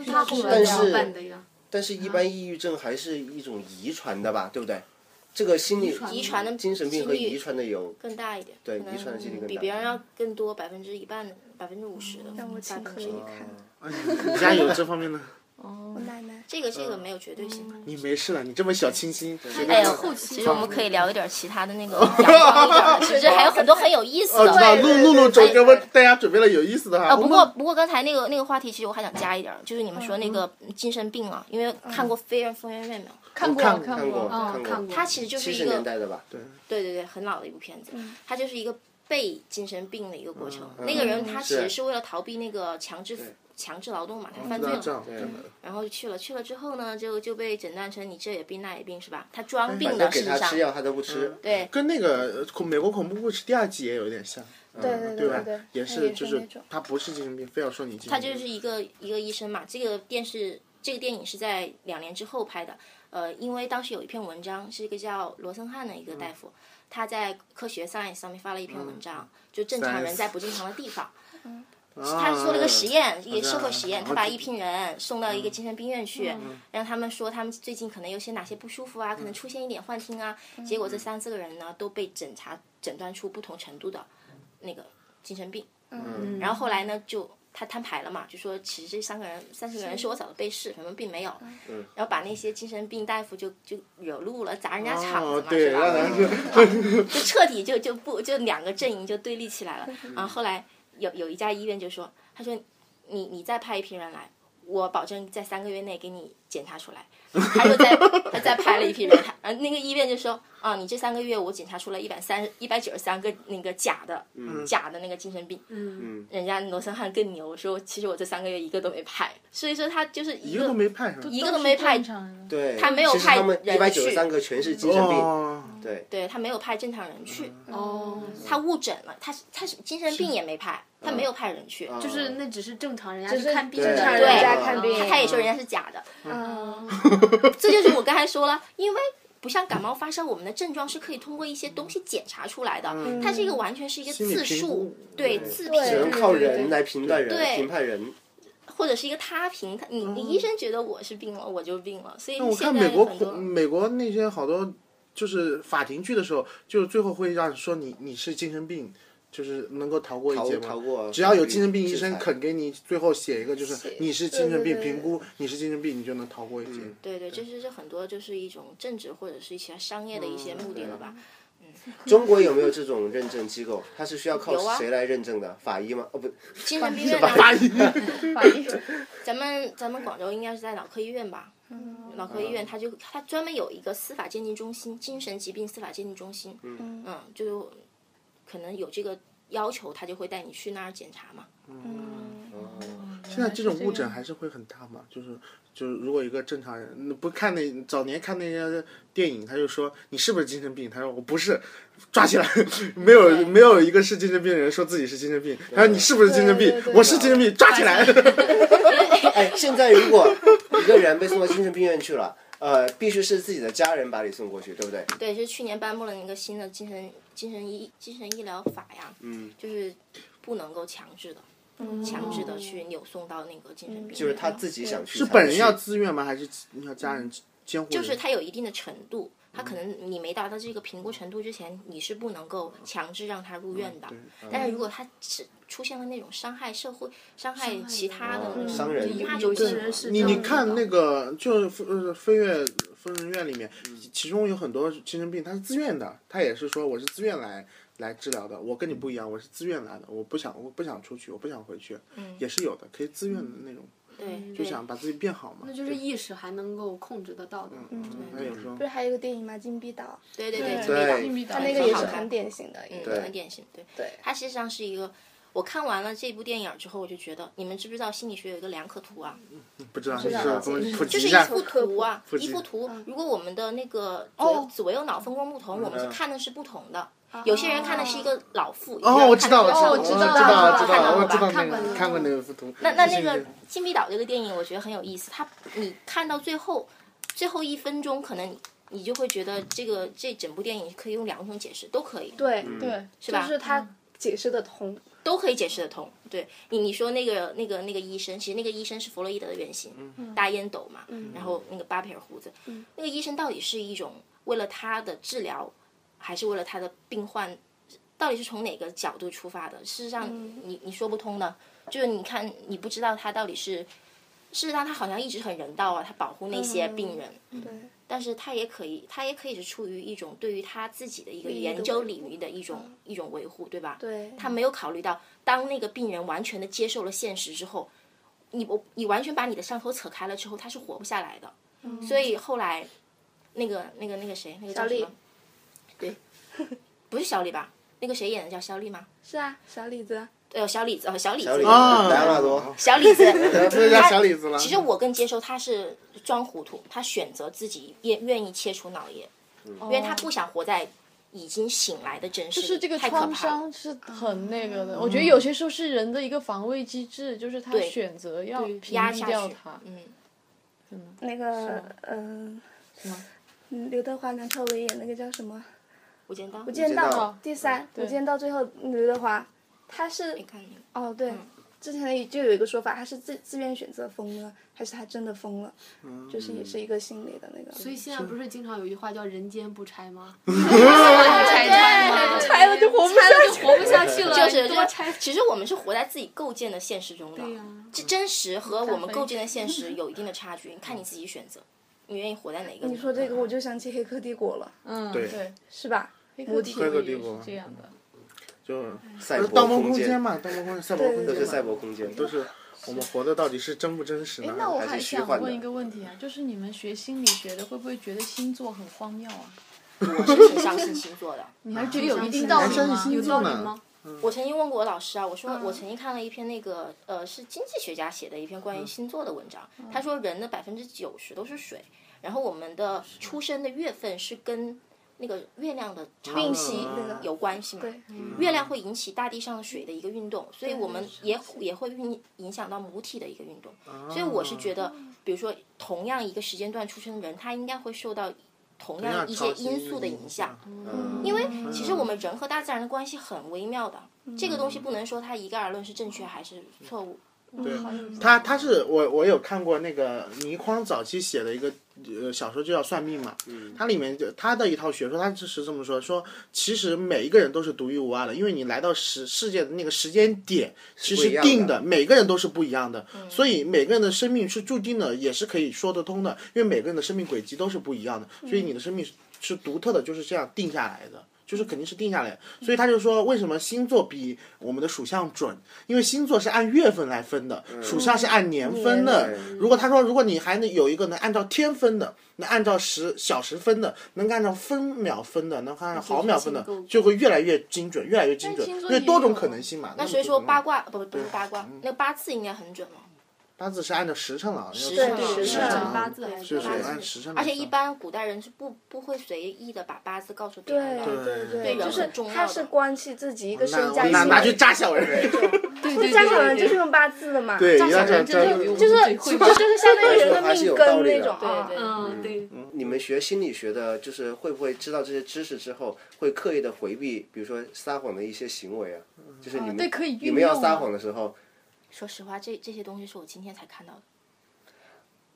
Speaker 5: 他后来
Speaker 4: 但
Speaker 5: 怎么
Speaker 4: 是
Speaker 5: 办的呀？
Speaker 4: 但是一般抑郁症还是一种遗传的吧，对不对？这个心理
Speaker 5: 传
Speaker 7: 遗传的
Speaker 4: 精神病
Speaker 7: 几
Speaker 4: 和
Speaker 7: 率
Speaker 4: 遗传的有
Speaker 7: 更大一点，
Speaker 4: 对
Speaker 7: 可能
Speaker 4: 遗传的几率更
Speaker 7: 比
Speaker 4: 大
Speaker 7: 别人要更多百分之一半、百分之五十的
Speaker 6: 让我
Speaker 7: 大
Speaker 6: 请
Speaker 7: 病
Speaker 6: 可
Speaker 7: 之
Speaker 6: 以
Speaker 7: 一。
Speaker 6: 看
Speaker 1: 你家有这方面的？
Speaker 3: 哦
Speaker 6: 我，奶奶。
Speaker 7: 嗯这个
Speaker 4: 嗯
Speaker 7: 这个没有绝对性。
Speaker 1: 你没事了，你这么小清新，随
Speaker 7: 哎
Speaker 1: 便
Speaker 7: 呦
Speaker 1: 看。，
Speaker 7: 其实我们可以聊一点其他的
Speaker 4: <laughs>
Speaker 7: 那个阳光一点的，其实还有很多很有意思
Speaker 1: 哦，知道
Speaker 7: 的。
Speaker 1: 露露露总给我们大家准备了有意思的哈。
Speaker 7: 啊，不
Speaker 1: 我
Speaker 7: 过
Speaker 1: 们
Speaker 7: 不过刚才那个那个话题，其实我还想加一点儿，就是你们说那个
Speaker 4: 嗯
Speaker 7: 精神病啊，因为看过《飞人疯人院》没有？
Speaker 3: 看过
Speaker 1: 看
Speaker 3: 看
Speaker 4: 看过
Speaker 3: 过，
Speaker 5: 嗯，看
Speaker 4: 看
Speaker 5: 过。
Speaker 7: 它其实就是
Speaker 4: 嗯七
Speaker 7: 一
Speaker 4: 十
Speaker 7: 个
Speaker 4: 年代的嗯吧？对，
Speaker 7: 对对对，很老的一部片子，它就是一个被精神病的一个过程。
Speaker 4: 嗯
Speaker 7: 那个人他其实
Speaker 4: 是
Speaker 7: 是为了逃避那个强
Speaker 4: 嗯
Speaker 7: 制强制劳动嘛，他犯罪
Speaker 1: 那
Speaker 7: 了，
Speaker 1: 这样，
Speaker 4: 对
Speaker 1: 真的
Speaker 7: 然后就去了，去了之后呢，就就被诊断成你这也病那也病是吧？他装病
Speaker 4: 哎反
Speaker 7: 的，
Speaker 4: 正
Speaker 7: 事
Speaker 4: 给
Speaker 7: 实
Speaker 4: 他
Speaker 7: 上
Speaker 4: 吃，药他都不吃。
Speaker 7: 对
Speaker 1: 跟那个呃恐美国恐怖故事第二季也有点像，嗯
Speaker 6: 对对对
Speaker 1: 吧
Speaker 6: 对，？
Speaker 1: 也
Speaker 6: 是
Speaker 1: 是就是
Speaker 6: 那种
Speaker 1: 他不是精神病，非要说你精神
Speaker 7: 他
Speaker 1: 病，啊
Speaker 7: 就是一个一个医生嘛。这个电视这个电影是在两年之后拍的，呃，因为当时有一篇文章是一个叫罗森汉的一个大夫，他在科学 Science 上面发了一篇文章，就正常人
Speaker 1: Science
Speaker 7: 在不正常的地方。
Speaker 1: 啊
Speaker 7: 他做了个实验，也社会实验，
Speaker 1: 啊
Speaker 7: 他把一批人送到一个精神病院去，
Speaker 1: 嗯
Speaker 7: 让他们说他们最近可能有些哪些不舒服啊，可能出现一点幻听啊。结果这三四个人呢都被诊查诊断出不同程度的那个精神病。
Speaker 4: 嗯
Speaker 7: 然后后来呢，就他摊牌了嘛，就说其实这三个人、三四个人是我找的被试，反正并没有。
Speaker 1: 嗯
Speaker 7: 然后把那些精神病大夫就就惹怒了，砸人家场子
Speaker 1: 哦
Speaker 7: 嘛，，
Speaker 1: 对，
Speaker 7: 是吧？
Speaker 1: 让人
Speaker 7: 就彻底就就不就两个阵营就对立起来了。然后后来有有一家医院就说，他说你你再派一批人来，我保证在三个月内给你检查出来。他又再他再派了一批人，他呃那个医院就说啊，你这三个月我检查出了一百三一百九十三个那个假的、
Speaker 1: 嗯
Speaker 7: 假的那个精神病。
Speaker 5: 嗯，
Speaker 7: 人家罗森汉更牛，说其实我这三个月一个都没派，所以说他就是一
Speaker 1: 一个都没派上，
Speaker 7: 一个都没派
Speaker 3: 正常人。
Speaker 4: 对，
Speaker 7: 他没有
Speaker 4: 其实
Speaker 7: 派
Speaker 4: 他们一
Speaker 7: 人
Speaker 4: 百
Speaker 7: 去
Speaker 4: 九十三个全是精神病，
Speaker 1: 哦
Speaker 4: 对
Speaker 7: 对他没有派正常人去，
Speaker 1: 嗯
Speaker 5: 哦，
Speaker 7: 他误诊了，他是他是精神病也没派，他没有派人去，
Speaker 1: 嗯
Speaker 7: 就
Speaker 5: 就是那只是正常人家去看病，
Speaker 6: 正常人
Speaker 7: 对
Speaker 6: 家看病，
Speaker 7: 他他也说人家是假的，
Speaker 6: 嗯
Speaker 7: 这就是我刚才说了，因为不像感冒发烧，我们的症状是可以通过一些东西检查出来的，它这个完全是一个
Speaker 1: 心理
Speaker 7: 自
Speaker 1: 评
Speaker 7: 述
Speaker 1: 估，
Speaker 7: 对
Speaker 4: 对
Speaker 7: 自
Speaker 6: 对
Speaker 4: 只能
Speaker 7: 评
Speaker 4: 靠
Speaker 6: 对对
Speaker 4: 人来评断
Speaker 7: 对嗯
Speaker 4: 人，评判人。
Speaker 7: 或者是一个他评，他你你医生觉得我是病了，我就病了，所以
Speaker 1: 那我
Speaker 7: 现
Speaker 1: 看
Speaker 7: 在
Speaker 1: 美国
Speaker 7: 有很多
Speaker 1: 恐嗯美国那些好多就是法庭剧的时候，就是最后会让你说你你是精神病，就是能够逃过一
Speaker 4: 逃
Speaker 1: 劫
Speaker 4: 逃
Speaker 1: 吗？
Speaker 4: 过，
Speaker 1: 只要有精神病医
Speaker 4: 制
Speaker 1: 生
Speaker 4: 裁
Speaker 1: 肯给你最后写一个，就是你是精神
Speaker 6: 对
Speaker 1: 病
Speaker 6: 对对
Speaker 1: 评估，你是精神病，你就能逃过一劫。
Speaker 4: 嗯
Speaker 7: 对对，这就是很多就是一种政治或者是一些商业的一些目的
Speaker 1: 嗯
Speaker 7: 了吧？
Speaker 4: 中国有没有这种认证机构？它是需要靠
Speaker 7: 有啊
Speaker 4: 谁来认证的？法医吗？哦，不，
Speaker 7: 精神病
Speaker 1: <laughs>
Speaker 7: 院
Speaker 4: 吧
Speaker 7: 的
Speaker 1: 法医，
Speaker 7: <laughs> 咱们咱们广州应该是在脑科医院吧？脑科医院它就它专门有一个司法鉴定中心，精神疾病司法鉴定中心。嗯就可能有这个要求，他就会带你去那儿检查嘛。
Speaker 6: 嗯
Speaker 1: 现啊在这种误诊还是会很大嘛？就是就是，如果一个正常人，嗯不看那早年看那些电影，他就说你是不是精神病？他说我不是，抓起来，没有没有一个是精神病的人说自己是精神病。他说你是不是精神病
Speaker 6: 对对？对
Speaker 1: 我是精神病，抓起来。
Speaker 4: 哎，现在如果一个人被送到精神病院去了，呃，必须是自己的家人把你送过去，对不对？
Speaker 7: 对，就是去年颁布了一个新的精神精神医精神医疗法呀，
Speaker 4: 嗯，
Speaker 7: 就是不能够强制的。嗯强制的去扭送到那个精神病院，
Speaker 4: 就是他自己想去才
Speaker 1: 是
Speaker 4: 会去，
Speaker 1: 本人要自愿吗？还是要家人监护人？
Speaker 7: 就是它有一定的程度，它可能你没达到这个评估程度之前，你是不能够强制让他入院的。
Speaker 1: 嗯
Speaker 7: 但是如果他是出现了那种伤害社会、伤害其他的嗯
Speaker 4: 哦
Speaker 7: 那种
Speaker 4: 伤人
Speaker 7: 那
Speaker 5: 有
Speaker 7: 就
Speaker 5: 的
Speaker 7: 行
Speaker 5: 人是
Speaker 1: 你
Speaker 5: 这
Speaker 1: 你
Speaker 5: 样子
Speaker 1: 看
Speaker 5: 的
Speaker 1: 那个就是呃飞跃疯人院里面，其中有很多精神病，他是自愿的，他也是说我是自愿来来治疗的，我跟你不一样，我是自愿来的，我不想我不想出去，我不想回去，也是有的，可以自愿的那种，
Speaker 7: 对
Speaker 1: 就
Speaker 7: 对
Speaker 1: 想把自己变好嘛哎
Speaker 5: 那。就是意识还能够控制得到的。
Speaker 6: 嗯
Speaker 1: 那有时候
Speaker 6: 不是还有个电影吗？《金币岛》，
Speaker 7: 嗯对对对，
Speaker 4: 对
Speaker 7: 金
Speaker 5: 密
Speaker 7: 币岛
Speaker 5: 岛
Speaker 6: 它那
Speaker 7: 金币
Speaker 6: 个也
Speaker 7: 岛
Speaker 6: 是
Speaker 7: 很好
Speaker 6: 很
Speaker 7: 看，
Speaker 6: 典型的一个。
Speaker 7: 嗯，很典型。对，
Speaker 6: 对
Speaker 7: 它实际上是一个。我看完了这部电影之后，我就觉得，你们知不知道心理学有一个两可图啊？
Speaker 1: 不知道
Speaker 6: 知
Speaker 1: 你
Speaker 6: 道
Speaker 1: 是
Speaker 6: 了
Speaker 1: 给我们普
Speaker 7: 就
Speaker 1: 及
Speaker 7: 是
Speaker 1: 一
Speaker 7: 一
Speaker 1: 下，
Speaker 7: 幅图啊，
Speaker 1: 及
Speaker 7: 一幅图。如果我们的那个左右左右脑分光不
Speaker 1: 嗯
Speaker 7: 同，我们是看的是不同的。有些人看的是一个老妇，有些
Speaker 1: 哦，
Speaker 7: 人
Speaker 1: 我知
Speaker 7: 看的
Speaker 1: 道了，
Speaker 7: 是一
Speaker 1: 我
Speaker 7: 个
Speaker 5: 哦
Speaker 1: 知
Speaker 5: 我
Speaker 1: 道
Speaker 5: 知
Speaker 1: 了，知
Speaker 5: 道了
Speaker 1: 了，知
Speaker 5: 看
Speaker 1: 道
Speaker 5: 到
Speaker 1: 了，
Speaker 5: 了
Speaker 1: 我知道
Speaker 5: 看
Speaker 1: 那
Speaker 5: 过
Speaker 1: 个
Speaker 5: 了
Speaker 1: 看过那个幅图。
Speaker 7: 那那
Speaker 1: 就是
Speaker 7: 那个
Speaker 1: 个
Speaker 7: 金币岛这个电影，我觉得很有意思。它你看到最后最后一分钟，可能你你就会觉得这个这整部电影可以用两种解释，都可以，
Speaker 6: 对
Speaker 3: 对，
Speaker 7: 是吧？嗯
Speaker 6: 就是他解释的通。
Speaker 7: 都可以解释得通。对你你说那个那个那个医生，其实那个医生是弗洛伊德的原型，大烟斗嘛，然后那个巴撇胡子，那个医生到底是一种为了他的治疗，还是为了他的病患？到底是从哪个角度出发的？事实上你，你说不通的。就是你看，你不知道他到底是，事实上他好像一直很人道啊，他保护那些病人，
Speaker 6: 对，
Speaker 7: 但是他也可以，他也可以是出于一种对于他自己的一个嗯
Speaker 6: 利益的
Speaker 7: 研究
Speaker 6: 维
Speaker 7: 领
Speaker 6: 护
Speaker 7: 域的一种一种维护，对吧？
Speaker 6: 对
Speaker 7: 他没有考虑到，当那个病人完全的接受了现实之后，你我你完全把你的上头扯开了之后，他是活不下来的。
Speaker 3: 嗯
Speaker 7: 所以后来，那个那个那个谁，那个叫
Speaker 6: 小
Speaker 7: 什
Speaker 6: 李
Speaker 7: 么？对，不是小李吧？那个谁演的叫小李吗？
Speaker 6: 是啊，小李子。
Speaker 7: 对、哦，小李子，哦，小李
Speaker 4: 小李
Speaker 7: 子
Speaker 4: 子，，
Speaker 1: 啊
Speaker 4: 莱昂纳多，
Speaker 7: 小李子，
Speaker 1: <laughs> 这叫小李子了。
Speaker 7: 其实我更接受他是装糊涂，他选择自己也愿意切除脑叶，因为他不想活在已经醒来的真实
Speaker 3: <laughs> 就
Speaker 7: 里，
Speaker 3: 是这个
Speaker 7: 太可
Speaker 3: 创
Speaker 7: 怕了。
Speaker 3: 伤是很那个
Speaker 6: 嗯
Speaker 3: 的。我觉得有些时候是人的一个防卫机制，就是他
Speaker 7: 对
Speaker 3: 选择要
Speaker 5: 对
Speaker 3: 屏
Speaker 7: 压
Speaker 3: 蔽
Speaker 7: 下
Speaker 3: 掉
Speaker 7: 去
Speaker 3: 它，。
Speaker 7: 嗯，
Speaker 6: 那个嗯，嗯刘德华、梁朝伟演那个叫什么
Speaker 7: 无间道，
Speaker 6: 《无
Speaker 7: 你
Speaker 6: 间道
Speaker 4: 无间
Speaker 7: 哦
Speaker 4: 道》
Speaker 6: 第三，《无间道》最后嗯刘德华，他是
Speaker 7: 看嗯那个，
Speaker 6: 哦对，之前就有一个说法，他是自自愿选择疯了，还是他真的疯了？就是也是一个心理的那个。
Speaker 5: 所以现在不是经常有句话叫“人间不拆”
Speaker 6: <laughs>
Speaker 5: 吗？ <laughs>
Speaker 7: 拆穿了
Speaker 6: 拆哎了就活不
Speaker 5: 拆了就活不下去了，
Speaker 7: 就是
Speaker 5: 多拆。
Speaker 7: 其实我们是活在自己构建的现实中的，
Speaker 5: 对呀嗯
Speaker 7: 这真实和我们构建的现实有一定的差距，你看你自己选择，你愿意活在哪一个？
Speaker 6: 你说这个，我就想起《黑客帝国》了，
Speaker 3: 嗯，
Speaker 1: 对
Speaker 3: 对，
Speaker 6: 是吧？
Speaker 3: 黑
Speaker 6: 体
Speaker 1: 黑客帝
Speaker 3: 也
Speaker 1: 国
Speaker 3: 是这样的。
Speaker 1: 就是
Speaker 4: 赛
Speaker 1: 《
Speaker 4: 博
Speaker 1: 盗梦
Speaker 4: 空
Speaker 1: 间》
Speaker 4: 间，
Speaker 1: 嘛，《盗梦空间》赛博空
Speaker 6: 对
Speaker 4: 都
Speaker 1: 间
Speaker 4: 是
Speaker 1: 嘛
Speaker 4: 赛博空间，
Speaker 1: 都是我们活的到底是真不真实
Speaker 3: 哎
Speaker 1: 呢，？
Speaker 3: 那我
Speaker 4: 还是
Speaker 3: 还
Speaker 4: 虚
Speaker 3: 想
Speaker 4: 幻的
Speaker 3: 问一个问题啊，就是你们学心理学的，会不会觉得星座很荒谬啊？
Speaker 7: 我是挺相信星座的。
Speaker 3: 你还是觉得有一定道
Speaker 1: 男
Speaker 3: 理
Speaker 1: 生的
Speaker 3: 吗？
Speaker 1: 星
Speaker 5: 有
Speaker 1: 座
Speaker 5: 道理
Speaker 1: 呢
Speaker 5: 吗？？
Speaker 7: 我曾经问过我老师啊，我说我曾经看了一篇那个呃是经济学家写的一篇关于星座的文章，他说人的百分之九十都是水，然后我们的出生的月份是跟那个月亮的潮
Speaker 6: 运
Speaker 7: 汐
Speaker 6: 气那个
Speaker 7: 有关系嘛？
Speaker 6: 对，
Speaker 7: 月亮会引起大地上的水的一个运动，所以我们
Speaker 5: 是
Speaker 7: 也也会运影响到母体的一个运动。所以我是觉得，比如说同样一个时间段出生的人，他应该会受到同
Speaker 1: 啊
Speaker 7: 样一些因素的影响。
Speaker 4: 嗯
Speaker 7: 因为其实我们人和大自然的关系很微妙的，
Speaker 3: 嗯
Speaker 7: 这个东西不能说它一概而论是正确还是错误。
Speaker 1: 他他是我我有看过那个倪匡早期写的一个呃小说，就叫《算命》嘛。它里面就他的一套学说，他是这么说：说其实每一个人都是独一无二的，因为你来到时世界的那个时间点其实
Speaker 4: 不一样的
Speaker 1: 定的，每个人都是不一样的，所以每个人的生命是注定的，也是可以说得通的，因为每个人的生命轨迹都是不一样的，所以你的生命是是独特的，就是这样定下来的。就是肯定是定下来的，所以他就说，为什么星座比我们的属相准？因为星座是按月份来分的，属相是按年分的。如果他说，如果你还能有一个能按照天分的，能按照时小时分的，能按照分秒分的，能按照毫秒分的
Speaker 5: 那就是，
Speaker 1: 就会越来越精准，越来越精准，
Speaker 3: 但星
Speaker 1: 因
Speaker 3: 座
Speaker 1: 为
Speaker 3: 也
Speaker 1: 多种
Speaker 3: 有
Speaker 1: 可能性嘛。
Speaker 7: 那
Speaker 1: 么
Speaker 7: 所以
Speaker 1: 多
Speaker 7: 说
Speaker 1: 种
Speaker 7: 八卦不不是八卦，那个八字应该很准了。
Speaker 1: 八字是按照时辰了，时
Speaker 7: 对
Speaker 6: 时
Speaker 5: 是
Speaker 6: 辰
Speaker 1: 啊
Speaker 5: 八字来
Speaker 1: 就是
Speaker 5: 说
Speaker 7: 八字
Speaker 1: 按时辰来
Speaker 7: 而
Speaker 1: 算，
Speaker 7: 且一般古代人是不不会随意的把八字告诉别人
Speaker 6: 对
Speaker 7: 的。
Speaker 6: 对
Speaker 7: 对
Speaker 6: 就
Speaker 7: 人
Speaker 6: 是
Speaker 7: 很重要
Speaker 6: 他
Speaker 7: 的
Speaker 6: 是关系自己一个身
Speaker 1: 拿
Speaker 6: 家
Speaker 1: 拿
Speaker 6: 性
Speaker 1: 拿去
Speaker 6: 命，
Speaker 1: 扎小人，
Speaker 3: 对
Speaker 6: 那
Speaker 3: 对
Speaker 6: 家小人就
Speaker 3: 对
Speaker 6: 是用八字的嘛，
Speaker 1: 对，要
Speaker 3: 对，家
Speaker 1: 这样
Speaker 3: 人
Speaker 1: 这样
Speaker 3: 真的比我
Speaker 6: 就
Speaker 3: 们
Speaker 6: 是
Speaker 3: 最
Speaker 6: 其实
Speaker 3: 会玩
Speaker 6: 就是相当于人
Speaker 4: 还是
Speaker 6: 命
Speaker 4: 有道
Speaker 6: 根
Speaker 4: 理的
Speaker 6: 那种啊
Speaker 7: 对，对
Speaker 5: 嗯，对，
Speaker 4: 你们学心理学的，就是会不会知道这些知识之后，会刻意的回避，比如说撒谎的一些行为啊？
Speaker 1: 嗯
Speaker 4: 就是你
Speaker 3: 啊
Speaker 4: 们、
Speaker 3: 对可以
Speaker 4: 你
Speaker 3: 运
Speaker 4: 们要
Speaker 3: 用
Speaker 4: 撒
Speaker 3: 啊
Speaker 4: 谎的时候，
Speaker 7: 说实话，这这些东西是我今天才看到的，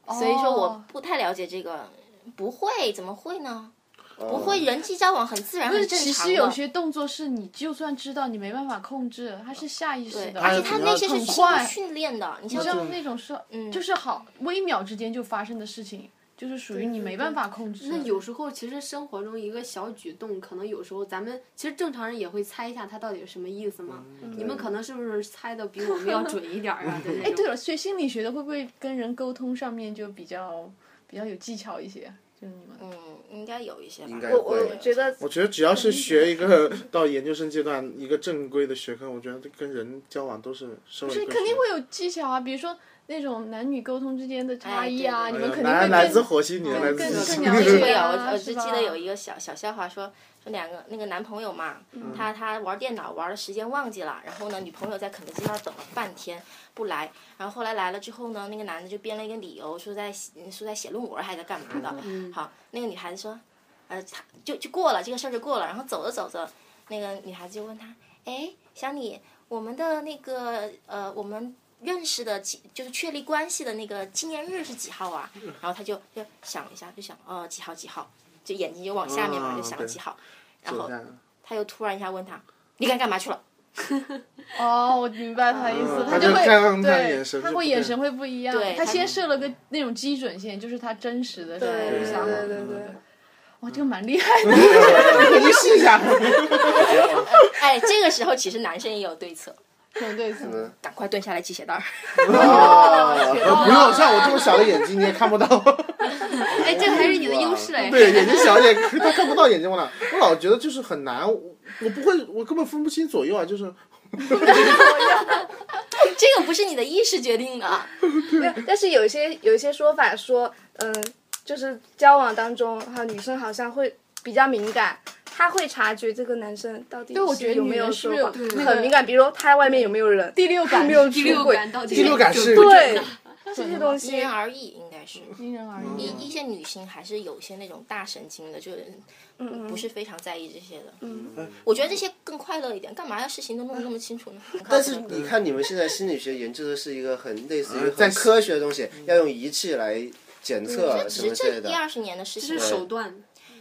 Speaker 3: 哦
Speaker 7: 所以说我不太了解这个，不会怎么会呢？不会，人际交往很自然，很正
Speaker 3: 其
Speaker 7: 常
Speaker 3: 实
Speaker 7: 的。
Speaker 3: 有些动作是你就算知道你没办法控制，它是下意识的，
Speaker 7: 而且
Speaker 1: 他
Speaker 7: 他那些是
Speaker 3: 很
Speaker 7: 经过
Speaker 3: 快
Speaker 7: 训练的，你像
Speaker 3: 你知道那种是，
Speaker 7: 嗯
Speaker 3: 就是好微秒之间就发生的事情，就是属于你没办法控制的。
Speaker 5: 那有时候其实生活中一个小举动，可能有时候咱们其实正常人也会猜一下它到底是什么意思嘛。
Speaker 4: 嗯
Speaker 5: 你们可能是不是猜的比我们要准一点儿啊？对
Speaker 3: 哎，
Speaker 5: 不
Speaker 3: 对了，学心理学的会不会跟人沟通上面就比较比较有技巧一些？就是你们，
Speaker 7: 嗯，应该有一些吧。
Speaker 4: 应该
Speaker 6: 我
Speaker 4: 会
Speaker 6: 我觉得
Speaker 1: <laughs> 我觉得只要是学一个到研究生阶段一个正规的学科，我觉得跟人交往都是不
Speaker 3: 不是肯定会有技巧啊，比如说那种男女沟通之间的差异啊，
Speaker 7: 哎
Speaker 3: 你
Speaker 7: 对
Speaker 3: 们肯定
Speaker 1: 呃来
Speaker 3: 会
Speaker 1: 来自
Speaker 3: 更
Speaker 1: 火星，你来
Speaker 3: 更
Speaker 1: 自
Speaker 3: 更
Speaker 1: 星
Speaker 3: 更
Speaker 1: 星
Speaker 3: 了
Speaker 7: 这个
Speaker 3: 解
Speaker 7: 有，
Speaker 3: 啊
Speaker 7: 我我
Speaker 3: 是
Speaker 7: 只
Speaker 3: 吧
Speaker 7: 呃记得有一个小小笑话说，说两个那个男朋友嘛，
Speaker 3: 嗯
Speaker 7: 他他玩电脑玩的时间忘记了，然后呢，女朋友在肯德基那儿等了半天不来，然后后来来了之后呢，那个男的就编了一个理由，说在说在写论文还是在干嘛的。
Speaker 3: 嗯
Speaker 7: 好，那个女孩子说，呃，他就就过了这个事儿就过了，然后走着走着，那个女孩子就问他，哎，小李，我们的那个呃，我们认识的纪就是确立关系的那个纪念日是几号啊？然后他就就想了一下，就想哦几号几号，就眼睛就往下面嘛，
Speaker 1: 啊
Speaker 7: 就想
Speaker 1: 对
Speaker 7: 几号。然
Speaker 1: 走
Speaker 7: 后
Speaker 3: <laughs>
Speaker 1: 下来
Speaker 7: 他又突然一下问他，你该干嘛去了？ <laughs>
Speaker 3: 哦，我明白他的意思，
Speaker 1: 嗯
Speaker 3: 就
Speaker 1: 他就看
Speaker 3: 会
Speaker 1: 他眼神就
Speaker 3: 对，他
Speaker 1: 不
Speaker 3: 会
Speaker 1: 对
Speaker 3: 眼神会不一样
Speaker 7: 对，他
Speaker 3: 他先设了个那种基准线，就是他真实的
Speaker 6: 对对
Speaker 3: 想法
Speaker 6: 对对对，
Speaker 3: 哇，这个蛮厉害的。
Speaker 1: 你试一下，
Speaker 7: 哎，这个时候其实男生也有对策，
Speaker 3: 对对对，
Speaker 7: 赶快蹲下来系鞋带儿。
Speaker 3: 哦
Speaker 1: 呃不用，像我这么小的眼睛你也看不到，
Speaker 5: 对？哎，这个还是你的优势哎。
Speaker 1: 对，眼睛小一点，他看不到眼睛我老我老觉得就是很难，我我不会，我根本分不清左右啊，就是
Speaker 7: 这个不是你的意识决定的，
Speaker 6: 没有， <laughs> 但是有一些有一些说法说，嗯、就是交往当中哈，女生好像会比较敏感，她会察觉这个男生到底
Speaker 3: 对我觉得
Speaker 6: 有
Speaker 3: 女
Speaker 6: 没有
Speaker 3: 人是
Speaker 6: 说
Speaker 3: 不是有
Speaker 6: 谎
Speaker 3: 对那
Speaker 6: 很
Speaker 3: 个
Speaker 6: 敏感，比如他外面有没有人，
Speaker 3: 第六感
Speaker 6: 有没有
Speaker 5: 第
Speaker 6: 出
Speaker 5: 六
Speaker 6: 轨，
Speaker 5: 感到底
Speaker 1: 第六感是
Speaker 6: 对这些东
Speaker 7: 因
Speaker 6: 西
Speaker 7: 人，而异，应该是。
Speaker 3: 因人而异。
Speaker 7: 一一些女性还是有些那种大神经的，就是不是非常在意这些的。
Speaker 6: 嗯，
Speaker 7: 我觉得这些更快乐一点，干嘛要事情都弄得那么清楚呢？
Speaker 4: 但
Speaker 3: 嗯
Speaker 4: 是你看，你们现在心理学研究的是一个很类似于
Speaker 1: 啊在嗯
Speaker 4: 很科学的东西，要用仪器来检测什
Speaker 7: 只
Speaker 4: 么
Speaker 7: 是
Speaker 4: 之
Speaker 7: 这
Speaker 4: 类的
Speaker 7: 一。二十年的事情
Speaker 5: 是
Speaker 7: 了，
Speaker 5: 手段，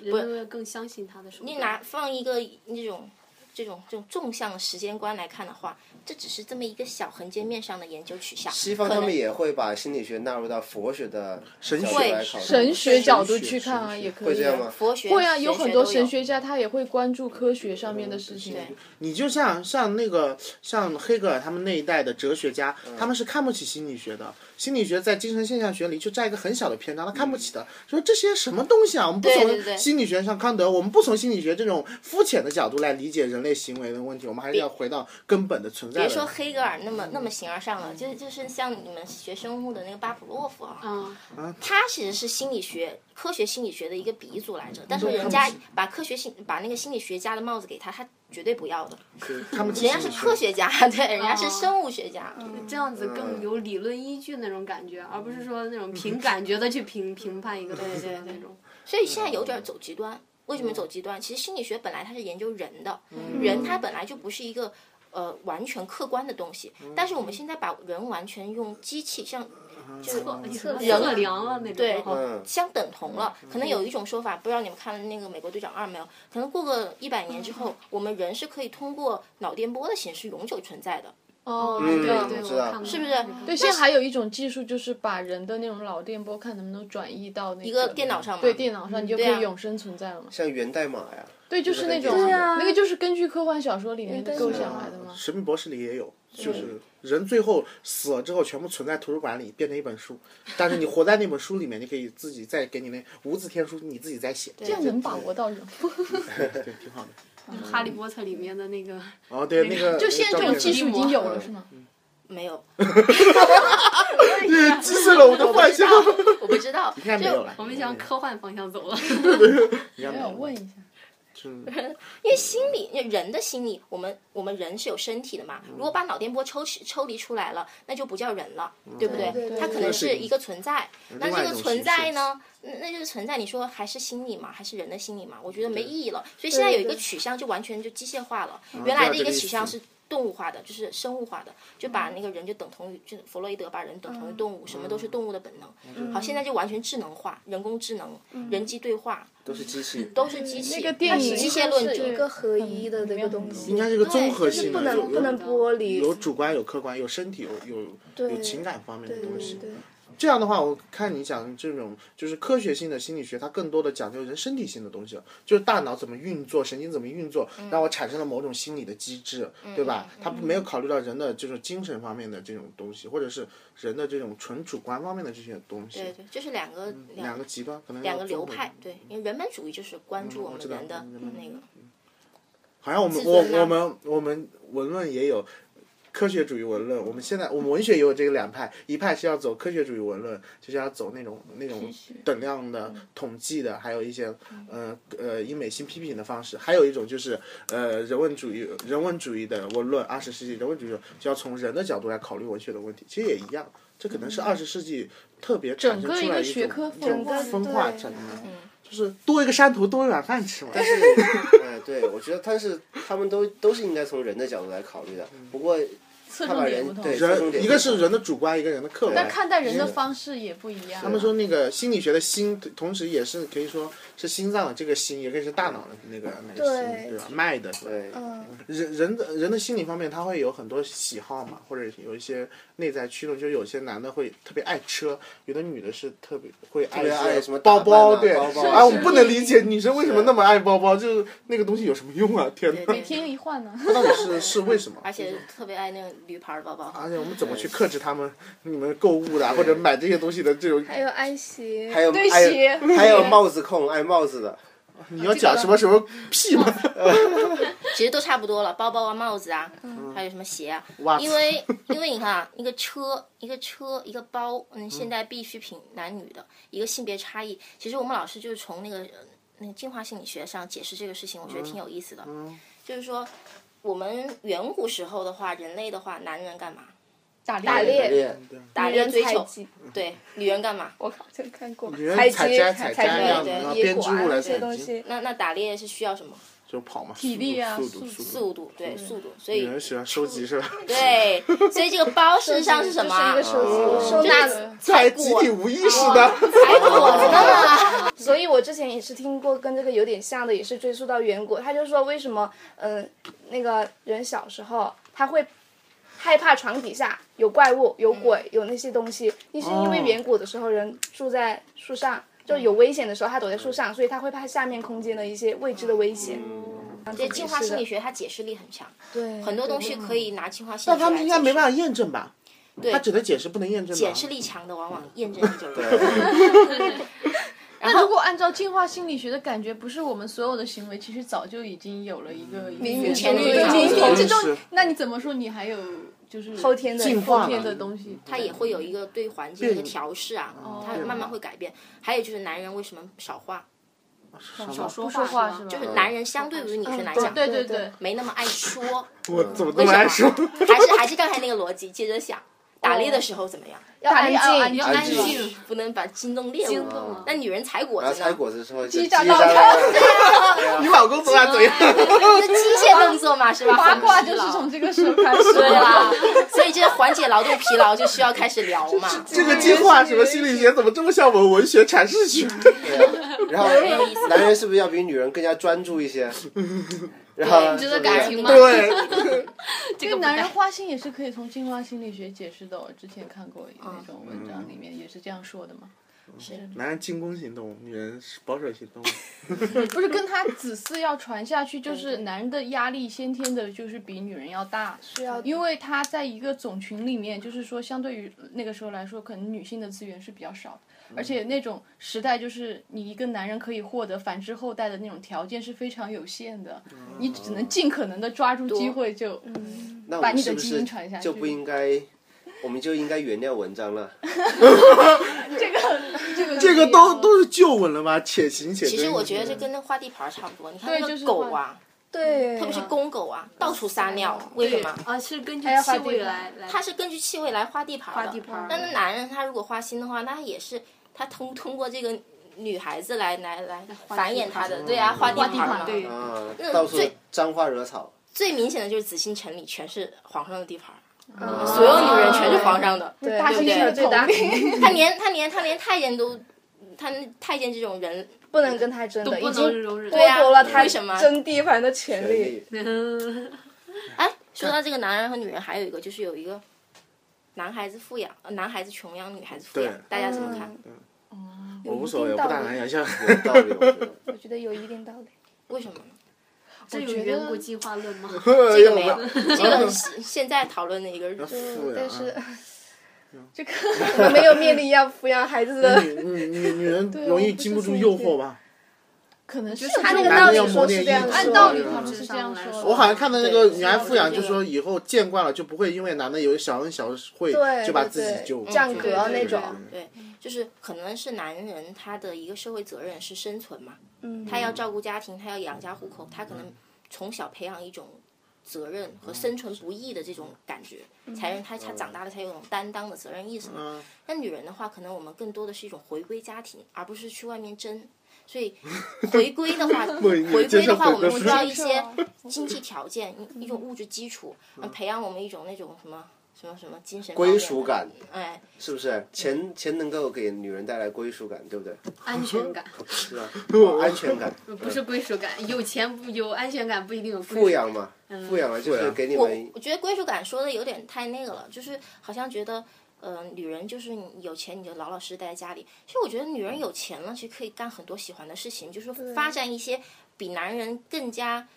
Speaker 5: 人们会更相信他的手段。
Speaker 7: 你拿放一个那种这种这种纵向的时间观来看的话，这只是这么一个小横截面上的研究取向。
Speaker 4: 西方
Speaker 7: 可
Speaker 4: 他
Speaker 7: 能
Speaker 4: 们也会把心理学纳入到佛学的神
Speaker 1: 学
Speaker 4: 来考虑，
Speaker 3: 神学角度
Speaker 1: 神学
Speaker 3: 去看啊，
Speaker 1: 神学
Speaker 3: 也可
Speaker 4: 会
Speaker 3: 以
Speaker 4: 这
Speaker 3: 啊。
Speaker 4: 样吗？
Speaker 7: 佛学
Speaker 3: 会啊，有很多
Speaker 7: 神
Speaker 3: 神学家他也会关注科学上面的事情。啊
Speaker 7: 对
Speaker 1: 你就
Speaker 7: 嗯
Speaker 1: 像像那个像黑格尔他们那一代的哲学家，他们是看不起心理学的，心理学在精神现象学里就占一个很小的篇章，他看不起的，说这些什么东西啊，我们不
Speaker 7: 嗯对对对
Speaker 1: 从心理学上康德，我们不从心理学这种肤浅的角度来理解人类行为的问题，我们还是要回到根本的存在
Speaker 7: 别
Speaker 1: 的。
Speaker 7: 说黑格尔那么那么形而上了，就是就是像你们学生物的那个巴甫洛夫啊，
Speaker 5: 嗯，
Speaker 7: 他其实是心理学、科学心理学的一个鼻祖来着，但是
Speaker 1: 说
Speaker 7: 人
Speaker 1: 他
Speaker 7: 家
Speaker 1: 们是
Speaker 7: 把科学心把那个心理学家的帽子给他，他绝对不要的。
Speaker 1: 对他们
Speaker 7: 人家是科学家， <laughs> 对，人家是
Speaker 5: 哦
Speaker 7: 生物学家。
Speaker 6: 嗯
Speaker 5: 这样子
Speaker 4: 嗯
Speaker 5: 更有理论依据那种感觉，而不是说那种凭感觉的去评评判一个东西的那种。
Speaker 7: 所以现在有点走极端。为什么走极端？其实心理学本来它是研究人的，人他本来就不是一个呃完全客观的东西，但是我们现在把人完全用机器像
Speaker 1: 嗯
Speaker 7: 就是
Speaker 5: 测测
Speaker 7: 人
Speaker 5: 量了那种。
Speaker 7: 对
Speaker 5: 哦
Speaker 4: 嗯，
Speaker 7: 相等同了。可能有一种说法，不知道你们看了那个《美国队长二》没有？可能过个一百年之后，我们人是可以通过脑电波的形式永久存在的，
Speaker 3: 哦，
Speaker 1: 嗯
Speaker 5: 对
Speaker 3: 对
Speaker 5: 嗯对，
Speaker 3: 对，
Speaker 4: 嗯知
Speaker 5: 我
Speaker 4: 道
Speaker 5: 看过
Speaker 7: 是不是
Speaker 5: 那个
Speaker 3: 对，现在还有一种技术，就是把人的那种脑电波看能不能转移到那
Speaker 7: 一个电脑上嘛。
Speaker 3: 对电脑上，你就可
Speaker 7: 对啊
Speaker 3: 以永生存在了嘛。
Speaker 4: 像源代码呀，
Speaker 3: 对，就是那种，
Speaker 4: 对
Speaker 6: 啊
Speaker 3: 那个就是根据科幻小说里面的构想来的嘛。
Speaker 1: 神秘博士里也有，就是人最后死了之后全部存在图书馆里，变成一本书。但是你活在那本书里面，你可以自己再给你那无字天书，你自己再写，
Speaker 3: 这样能把握到人吗？
Speaker 1: 对，挺好的。
Speaker 5: 哈利波特》里面的那个，
Speaker 1: 哦，对，那个
Speaker 3: 就现在这种技术已经有了，
Speaker 4: 嗯
Speaker 3: 是吗？
Speaker 7: 没有，
Speaker 1: 击碎了我的幻想。
Speaker 7: 我不知道。
Speaker 1: 你看没有了，
Speaker 5: 我们想科幻方向走了。
Speaker 1: 你看
Speaker 3: 我
Speaker 1: 没有了
Speaker 3: 想问一下，
Speaker 7: 因为心理，人的心理，我们我们人是有身体的嘛。如果把脑电波抽起抽离出来了，那就不叫人了，对不对？
Speaker 6: 对对
Speaker 7: 它可
Speaker 6: 对
Speaker 7: 能是一个存在。那
Speaker 1: 另外
Speaker 7: 这
Speaker 1: 一
Speaker 7: 个
Speaker 1: 种
Speaker 7: 存
Speaker 1: 形
Speaker 7: 在
Speaker 1: 式
Speaker 7: 呢？那那就是存在。你说还是心理嘛，还是人的心理嘛？我觉得没意义了。所以现在有一个取向就完全就机械化了。原来的一个取向是动物化的，就是生物化的，就把那个人就等同于，就弗洛伊德把人等同于动物，什么都是动物的本能。好，现在就完全智能化，人工智能、人机对话
Speaker 4: 都是机器，
Speaker 7: 都是机器。
Speaker 3: 那个电影
Speaker 7: 它是机械论
Speaker 6: 是一
Speaker 7: 者。
Speaker 6: 个合
Speaker 3: 嗯
Speaker 6: 一的那个东
Speaker 1: 应
Speaker 6: 西，
Speaker 1: 该是个综合性
Speaker 6: 不
Speaker 1: 的，有
Speaker 6: 能不能剥离。
Speaker 1: 有主观，有客观，有身体，有有有情感方面的
Speaker 6: 对
Speaker 1: 东
Speaker 5: <laughs>
Speaker 6: 对
Speaker 1: 西。
Speaker 6: 对，
Speaker 1: 这样的话，我看你讲这种就是科学性的心理学，它更多的讲究人身体性的东西了，就是大脑怎么运作，神经怎么运作，让我产生了某种心理的机制，
Speaker 7: 嗯
Speaker 1: 对吧？它没有考虑到人的这种精神方面的这种东西，或者是人的这种纯主观方面的这些东西
Speaker 7: 对，对，就是两个两
Speaker 1: 两个极端可能
Speaker 7: 两
Speaker 1: 两
Speaker 7: 个流派，对，因为人本主义就是关注我们
Speaker 1: 知道
Speaker 7: 人的
Speaker 1: 嗯
Speaker 7: 那个，
Speaker 1: 好像我们
Speaker 7: 自
Speaker 1: 我
Speaker 7: 尊啊
Speaker 1: 我们我们文论也有科学主义文论，我们现在我们文学也有这个两派，一派是要走科学主义文论，就是要走那种那种等量的统计的，还有一些呃呃以美性批评的方式，还有一种就是呃人文主义人文主义的文论，二十世纪人文主义就要从人的角度来考虑文学的问题，其实也一样，这可能是二十世纪特别产生
Speaker 3: 整个一
Speaker 1: 出来
Speaker 3: 个
Speaker 1: 一种
Speaker 3: 学科
Speaker 1: 这种
Speaker 6: 整
Speaker 3: 分
Speaker 6: 个
Speaker 1: 分化
Speaker 6: 对
Speaker 1: 产生的，就是多一个山头多一碗饭吃嘛。
Speaker 4: 但是，哎，对，我觉得但是他们都都是应该从人的角度来考虑的。不过
Speaker 3: 侧
Speaker 4: 他
Speaker 3: 重
Speaker 4: 把
Speaker 3: 点不
Speaker 4: 人
Speaker 3: 同，
Speaker 4: 对侧重
Speaker 1: 人
Speaker 4: 点
Speaker 1: 一个是人的主观，一个人的客观。
Speaker 3: 但看待人的方式也不一样。
Speaker 1: 他们说那个心理学的心，同时也是可以说是心脏的这个心，也可以是大脑的那个那个心，
Speaker 6: 对
Speaker 1: 对吧？脉的，对吧。
Speaker 4: 对，
Speaker 6: 嗯，
Speaker 1: 人人的人的心理方面，他会有很多喜好嘛，或者有一些内在驱动，就有些男的会特别爱车，有的女的是特别会爱
Speaker 4: 别
Speaker 1: 一些
Speaker 4: 爱什么
Speaker 1: 包
Speaker 4: 打扮啊
Speaker 1: 包，对。
Speaker 4: 包包
Speaker 1: 哎，我们
Speaker 3: 是
Speaker 1: 不能理解女生为什么那么爱包包，就是那个东西有什么用啊？天哪，
Speaker 3: 每天一换 <laughs> 呢，
Speaker 1: 那到底是是为什么？
Speaker 7: 而且特别爱那个驴牌儿包包。
Speaker 1: 而且我们怎么去克制他们你们购物的啊或者买这些东西的这种
Speaker 6: 还有爱惜，
Speaker 4: 还有
Speaker 3: 对
Speaker 4: 还
Speaker 3: 鞋
Speaker 4: 有还有帽子控爱帽子的，
Speaker 1: 你要讲什么什么屁吗？
Speaker 7: 其实都差不多了，包包啊、帽子啊，还有什么鞋啊。
Speaker 1: 哇
Speaker 7: 因为因为你看啊，一个车、一个车、一个包，嗯，现在必需品，男女的一个性别差异。其实我们老师就是从那个呃那个进化心理学上解释这个事情，我觉得挺有意思的。就是说，我们远古时候的话，人类的话，男人干嘛？
Speaker 3: 打
Speaker 6: 打猎
Speaker 4: 练
Speaker 7: 打
Speaker 6: 女
Speaker 7: 猎
Speaker 6: 人
Speaker 7: 追
Speaker 6: 采
Speaker 7: 求，
Speaker 6: 集，
Speaker 7: 对，女人干嘛？
Speaker 6: 我好像看过
Speaker 1: 女人
Speaker 6: 采
Speaker 1: 采
Speaker 6: 集
Speaker 1: 摘
Speaker 6: 采
Speaker 1: 采摘
Speaker 7: 啊
Speaker 6: 摘
Speaker 7: 对
Speaker 6: 那
Speaker 1: 然后
Speaker 6: 个
Speaker 1: 编
Speaker 6: 野果
Speaker 1: 织
Speaker 6: 啊
Speaker 1: 物来采
Speaker 6: 那些东
Speaker 1: 集
Speaker 6: 西，
Speaker 7: 那那打猎是需要什么？
Speaker 1: 就跑嘛，
Speaker 3: 体力啊
Speaker 1: 速度
Speaker 3: 速
Speaker 1: 速
Speaker 7: 四
Speaker 1: 度，
Speaker 7: 五度，
Speaker 6: 嗯
Speaker 7: 对，速度。所以
Speaker 1: 女人喜欢收集是吧？ <laughs>
Speaker 7: 对，所以这个
Speaker 6: <laughs>
Speaker 7: 包事实上是什么啊？
Speaker 6: 就是一个哦收集收
Speaker 7: 就是
Speaker 6: 纳
Speaker 3: 的
Speaker 1: 在集体无意识的，
Speaker 7: 采果子
Speaker 1: <laughs>
Speaker 7: 的嘛。
Speaker 6: 所以我之前也是听过跟这个有点像的，也是追溯到远古，他就说为什么，嗯、那个人小时候他会害怕床底下有怪物、有鬼、有那些东西，那是因为
Speaker 1: 哦
Speaker 6: 远古的时候人住在树上。就有危险的时候，他躲在
Speaker 1: 嗯
Speaker 6: 树上，所以他会怕下面空间的一些未知的危险。
Speaker 4: 嗯
Speaker 6: <laughs>
Speaker 7: 对，进化心理学它解释力很强，
Speaker 6: 对，
Speaker 7: 很多东西可以拿进化心
Speaker 1: 但
Speaker 7: 理
Speaker 1: <laughs>
Speaker 7: 学
Speaker 1: 他
Speaker 7: 来
Speaker 1: 们
Speaker 7: 解
Speaker 1: 应
Speaker 7: 释。
Speaker 1: 该没办法验证吧？他只能解释不能验证吧。
Speaker 7: 解释力强的往往验证力就弱。
Speaker 3: 那如果按照进化心理学的感觉，不是我们所有的行为其实早就已经有了一个
Speaker 6: 冥
Speaker 3: 冥
Speaker 6: 冥中
Speaker 7: 有一个
Speaker 3: 冥冥之
Speaker 1: 好像
Speaker 3: 中
Speaker 1: 是，
Speaker 3: 那你怎么说你还有就是
Speaker 6: 后天的
Speaker 1: 进化
Speaker 3: 后
Speaker 1: 了
Speaker 3: 天的东西？
Speaker 7: 他也会有一个对环境的一个调试啊，
Speaker 6: 哦
Speaker 7: 他慢慢会改变。还有就是男人为什么少话？
Speaker 1: 少
Speaker 3: 不说话是吧？ <laughs>
Speaker 1: 嗯
Speaker 7: 就是男人相对于女生来讲，
Speaker 3: 对对
Speaker 6: 嗯对
Speaker 3: 对，
Speaker 7: 没那么爱说，
Speaker 1: 我怎么这么爱说？
Speaker 7: 还是还是刚才那个逻辑，接着想。打猎的时候怎么样？
Speaker 6: 要安
Speaker 3: 要安
Speaker 6: 静，
Speaker 3: 要
Speaker 4: 安
Speaker 3: 安
Speaker 4: 静
Speaker 3: 静。
Speaker 5: <laughs>
Speaker 7: 不能把惊动猎物
Speaker 4: 动了。
Speaker 7: 那女人采果
Speaker 4: 然后
Speaker 7: 子
Speaker 4: 采
Speaker 7: 呢？
Speaker 4: 果子的时候就
Speaker 6: 炸
Speaker 4: 击
Speaker 6: 到
Speaker 4: 杀
Speaker 6: 它
Speaker 1: 你老公昨晚怎样？
Speaker 7: 这机械动作嘛，是吧？
Speaker 3: 八卦就是从这个时候开 <laughs> 始
Speaker 7: 对啦，所以这个缓解劳动疲劳就需要开始聊
Speaker 5: <laughs>
Speaker 7: 嘛。
Speaker 1: 这个进化什么心理学怎么这么像我们文学阐释学？
Speaker 4: 啊然后男人是不是要比女人更加专注一些？然后
Speaker 5: 你觉得感情吗
Speaker 1: 对，
Speaker 5: 这
Speaker 3: 这
Speaker 5: 个
Speaker 3: 个男人花心也是可以从进化心理学解释的、哦，之前看过那种文章，里面也是这样说的嘛。
Speaker 1: 男人进攻型动物，女人是保守型动物。
Speaker 3: 不是跟他子嗣要传下去，就是男人的压力先天的就是比女人要大，是
Speaker 6: 要
Speaker 3: 因为他在一个种群里面，就是说相对于那个时候来说，可能女性的资源是比较少的，而且那种时代就是你一个男人可以获得繁殖后代的那种条件是非常有限的，你只能尽可能的抓住机会就。
Speaker 4: 那我们
Speaker 3: 你
Speaker 4: 是
Speaker 3: 的
Speaker 4: 不
Speaker 3: 基
Speaker 4: 是
Speaker 3: 因传下去
Speaker 4: 就不应该，我们就应该原谅文章了？
Speaker 3: 这个这个
Speaker 1: 这个都都是旧闻了吧？且行且珍嗯
Speaker 7: 其实我觉得这跟那画地盘儿差不多。你看那
Speaker 3: 对就
Speaker 7: 个
Speaker 3: 是
Speaker 7: 狗啊，
Speaker 6: 对，
Speaker 7: 特别是公狗啊，到处撒尿，为什么？
Speaker 5: 啊，是根据
Speaker 6: 要画
Speaker 5: 气
Speaker 6: 地
Speaker 5: 味
Speaker 6: 盘
Speaker 5: 来来。
Speaker 7: 它是根据气味来画地盘儿的。
Speaker 5: 画地盘儿
Speaker 7: 但那男人他如果花心的话，那也是他通通过这个女孩子来来来繁衍他的，对啊，画地
Speaker 5: 画地
Speaker 7: 盘儿
Speaker 5: 盘
Speaker 7: 嘛。
Speaker 5: 对
Speaker 1: 嗯
Speaker 4: 啊，到处
Speaker 7: 最
Speaker 4: 沾花惹草。
Speaker 7: 最明显的就是紫禁城里全是皇上的地盘儿。所有女人全是皇上的，
Speaker 6: 对
Speaker 3: 大
Speaker 6: 对
Speaker 3: 猩
Speaker 7: 猩的
Speaker 6: 对
Speaker 3: 头
Speaker 6: 大
Speaker 1: <laughs>
Speaker 7: 他连他连他连太监都，他太监这种人
Speaker 6: 不能跟他争的，
Speaker 5: 不
Speaker 6: 已
Speaker 5: 能
Speaker 6: 经
Speaker 5: 容忍。
Speaker 7: 对啊
Speaker 6: 剥夺了他
Speaker 7: 为什么
Speaker 6: 争地盘的权
Speaker 4: 权
Speaker 6: 利。
Speaker 4: 力
Speaker 5: 嗯
Speaker 7: 哎，说到这个男人和女人，还有一个就是有一个男孩子富养，呃男孩子穷养，女孩子富养
Speaker 1: 对，
Speaker 7: 大家怎么看？
Speaker 1: 嗯我无所谓，
Speaker 6: 嗯有一定
Speaker 1: 我不
Speaker 6: 道理
Speaker 1: 打南洋相。
Speaker 4: 有道理，我觉得。
Speaker 6: 我觉得有一定道理。
Speaker 7: 为什么呢？
Speaker 5: <laughs> 这有
Speaker 3: 觉
Speaker 5: 远
Speaker 3: 得
Speaker 5: 古进化论吗？
Speaker 1: 哎
Speaker 7: 这个没有，这个是现在讨论的一个日子。
Speaker 1: 富
Speaker 6: 嗯但
Speaker 1: 养
Speaker 6: 是
Speaker 1: 啊。
Speaker 3: 这个
Speaker 6: 我们没有面临要抚养孩子的，
Speaker 1: 女女女女人
Speaker 3: 对
Speaker 1: 容
Speaker 3: 我
Speaker 1: 易
Speaker 3: 不
Speaker 1: 经
Speaker 3: 是
Speaker 1: 不住
Speaker 3: 这
Speaker 1: 诱
Speaker 3: 么
Speaker 1: 惑吧？
Speaker 3: 可能是
Speaker 6: 他那个
Speaker 1: 男
Speaker 6: 道
Speaker 1: 的
Speaker 6: 理
Speaker 1: 要磨
Speaker 6: 说是
Speaker 1: 练意
Speaker 6: 这样的，
Speaker 1: 志
Speaker 3: 按
Speaker 1: 吧
Speaker 3: 道理
Speaker 1: 对吧
Speaker 3: 他们是这样说的，
Speaker 1: 我好像看到那个
Speaker 6: 对
Speaker 1: 女孩富养，
Speaker 5: 这
Speaker 1: 就
Speaker 5: 个
Speaker 1: 说以后见惯了就不会因为男的有小恩小惠
Speaker 6: 对
Speaker 1: 就把自己
Speaker 6: 对
Speaker 1: 就
Speaker 6: 降
Speaker 7: 格
Speaker 6: 那种
Speaker 7: 对，就是可能是男人他的一个社会责任是生存嘛，
Speaker 6: 嗯
Speaker 7: 他要照顾家庭，他要养家糊口，他可能从小培养一种责任和生存不易的这种感觉，才让他他长大了才有种担当的责任意识嘛。
Speaker 1: 嗯，
Speaker 7: 那女人的话，可能我们更多的是一种回归家庭，而不是去外面争。所以回归的话，
Speaker 1: 梦
Speaker 7: 回
Speaker 1: 里接
Speaker 7: 归
Speaker 1: 受
Speaker 7: 的话，我
Speaker 1: 回
Speaker 7: 们
Speaker 1: 归
Speaker 7: 会要一些
Speaker 6: 啊
Speaker 1: 嗯
Speaker 7: 经济条件，一一种物质基础，嗯培养我们一种那种什么什么什么精神方面
Speaker 4: 归
Speaker 7: 的
Speaker 4: 属。感
Speaker 7: 哎，
Speaker 4: 是不是？钱钱能够给女人带来归属感，对不对？
Speaker 5: 安全感
Speaker 1: <laughs>
Speaker 4: 是吧？哦安全感，
Speaker 5: <laughs> 不是归属感，有钱不有安全感不一定有归属感
Speaker 4: 富养嘛，
Speaker 5: 嗯
Speaker 4: 富养了啊就是给你
Speaker 7: 我
Speaker 4: 们
Speaker 7: 我觉得归属感说的有点太那个了，就是好像觉得。呃，女人就是你有钱你就老老实实待在家里。其实我觉得女人有钱了，其实可以干很多喜欢的事情，就是发展一些比男人更加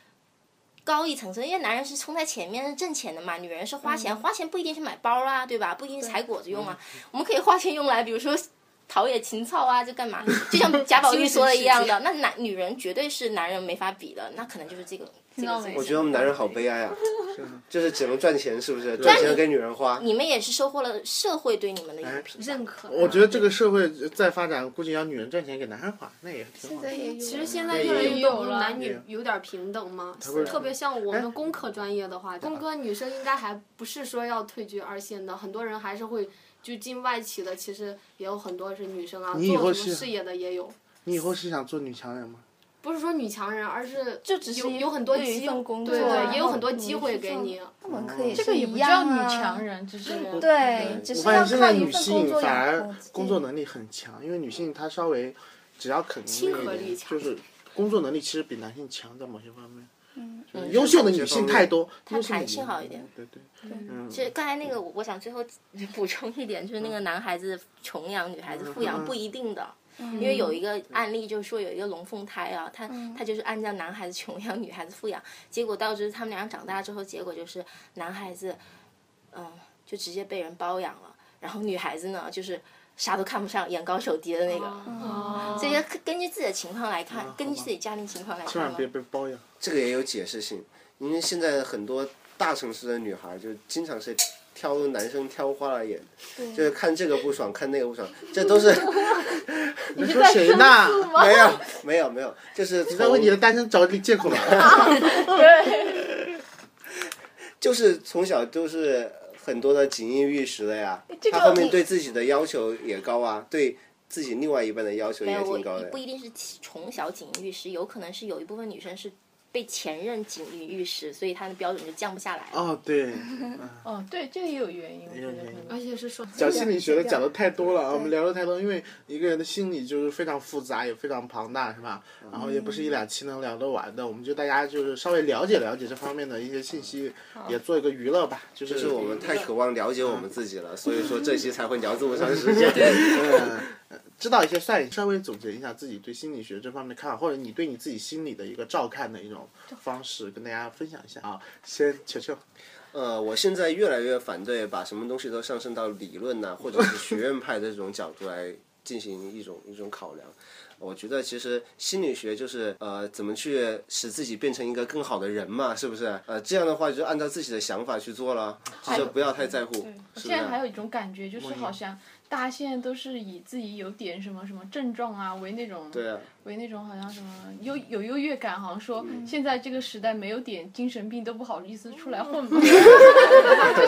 Speaker 7: 高一层次，因为男人是冲在前面挣钱的嘛，女人是花钱，花钱不一定是买包啦、对吧？不一定是采果子用啊，我们可以花钱用来，比如说陶冶情操啊，就干嘛？就像贾宝玉说的一样的，那男女人绝对是男人没法比的，那可能就是这个这
Speaker 3: 到
Speaker 7: 个这
Speaker 3: 没
Speaker 7: 个。
Speaker 4: 我觉得我们男人好悲哀
Speaker 1: <laughs>
Speaker 4: 啊，就是只能赚钱，是不是？赚钱给女人花，
Speaker 7: 你们也是收获了社会对你们的一
Speaker 1: 哎
Speaker 7: 个评价。
Speaker 5: 认可。
Speaker 1: 我觉得这个社会再发展，估计要女人赚钱给男人花，那也挺
Speaker 6: 哎
Speaker 1: 好的。
Speaker 5: 其实现在越来越
Speaker 3: 有
Speaker 5: 多
Speaker 3: 了
Speaker 5: 男女有点平等嘛，
Speaker 1: 会
Speaker 5: 特别像我们工科专业的话，哎工科女生应该还不是说要退居二线的，很多人还是会就进外企的，其实也有很多是女生啊，
Speaker 1: 你以后
Speaker 5: 做
Speaker 1: 是
Speaker 5: 什么事业的也有，
Speaker 1: 你以后是想做女强人吗？
Speaker 5: 不是说女强人，而是
Speaker 6: 就只是
Speaker 5: 有
Speaker 6: 一
Speaker 5: 有很多
Speaker 6: 有一
Speaker 5: 机
Speaker 6: 份工
Speaker 5: 对
Speaker 6: 作
Speaker 5: 对，
Speaker 6: 啊
Speaker 5: 也有很多机会给你。
Speaker 6: 我们可以
Speaker 3: 这个也不叫女强，人，只是
Speaker 6: 啊对，只
Speaker 1: 嗯我
Speaker 6: 是
Speaker 1: 发
Speaker 6: 要
Speaker 1: 现现
Speaker 6: 靠
Speaker 1: 在
Speaker 6: 一
Speaker 1: 女
Speaker 6: 份工
Speaker 1: 性
Speaker 6: 作
Speaker 1: 反
Speaker 6: 养
Speaker 1: 而
Speaker 6: 活自己
Speaker 1: 工作能力很强，因为女性她稍微只要肯
Speaker 5: 亲
Speaker 1: 努
Speaker 5: 和
Speaker 1: 力一点，
Speaker 5: 力强
Speaker 1: 就是工作能力其实比男性强在某些方面。嗯，优秀的女性太多，优秀的
Speaker 7: 弹
Speaker 1: 女
Speaker 7: 性好一点。
Speaker 1: 对对，
Speaker 5: 嗯
Speaker 1: 嗯
Speaker 7: 其实刚才那个，我我想最后 <laughs> 补充一点，就是那个男孩子穷养，女孩子富
Speaker 1: 嗯
Speaker 7: 养不一定的。
Speaker 6: 嗯
Speaker 7: 因为有一个案例，就是说有一个龙凤胎啊，他他就是按照男孩子穷养，女孩子富养，结果导致他们俩长大之后，结果就是男孩子，嗯、就直接被人包养了。然后女孩子呢，就是啥都看不上，眼高手低的那个。
Speaker 5: 哦，
Speaker 7: 这个根据自己的情况来看，根据自己家庭情况来
Speaker 1: 嗯千
Speaker 7: 看
Speaker 1: 万
Speaker 7: 嘛。
Speaker 1: 别被包养。
Speaker 4: 这个也有解释性，因为现在很多大城市的女孩就经常是挑男生挑花了眼，就是看这个不爽，看那个不爽，这
Speaker 5: <laughs>
Speaker 4: 都是
Speaker 1: 你说谁呢？
Speaker 4: 没有没有没有，就是
Speaker 1: 你在为你的
Speaker 4: 从
Speaker 1: 单身找借口吗？
Speaker 4: 就是从小就是很多的锦衣玉食的呀，
Speaker 6: 这
Speaker 4: 她
Speaker 6: 个
Speaker 4: 后面
Speaker 6: 你
Speaker 4: 对自己的要求也高啊，对自己另外一半的要求
Speaker 7: 没
Speaker 4: 也
Speaker 7: 有，
Speaker 4: 挺高
Speaker 7: 我
Speaker 4: 的呀
Speaker 7: 不。一定是从小锦衣玉食，有可能是有一部分女生是被前任锦衣玉食，所以她的标准就降不下来。
Speaker 1: <laughs> 哦，对，
Speaker 3: 哦，对，这个也有原因，我觉
Speaker 1: 有
Speaker 3: 得
Speaker 1: 原
Speaker 3: 可
Speaker 1: 因
Speaker 3: 能
Speaker 5: 而且是双
Speaker 1: 讲心理学的讲的太多了，啊，我们聊的太多，因为一个人的心理就是非常复杂，也非常庞大，是吧？然后也不是一两期能聊得完的，我们就大家就是稍微了解了解这方面的一些信息，也做一个娱乐吧。就
Speaker 4: 就是是我们太渴望了解我们自己了，所以说这期才会聊这么长时间。
Speaker 1: 嗯，知道一些算一些，稍微总结一下自己对心理学这方面的看法，或者你对你自己心理的一个照看的一种方式，跟大家分享一下啊。先球球，
Speaker 4: 呃，我现在越来越反对把什么东西都上升到理论呐、或者是学院派的这种角度来进行一种一种考量。我觉得其实心理学就是呃，怎么去使自己变成一个更好的人嘛，是不是？呃，这样的话就按照自己的想法去做了，就不要太在乎，
Speaker 3: 我
Speaker 4: 是
Speaker 3: 现
Speaker 4: 不是
Speaker 3: 在？还有一种感觉，就是好像大家现在都是以自己有点什么什么症状啊为那种
Speaker 4: 对啊，
Speaker 3: 为那种好像什么优有优越感，好像说
Speaker 4: 嗯
Speaker 3: 现在这个时代没有点精神病都不好意思出来
Speaker 4: <laughs>
Speaker 3: 混嘛， <laughs> 就是都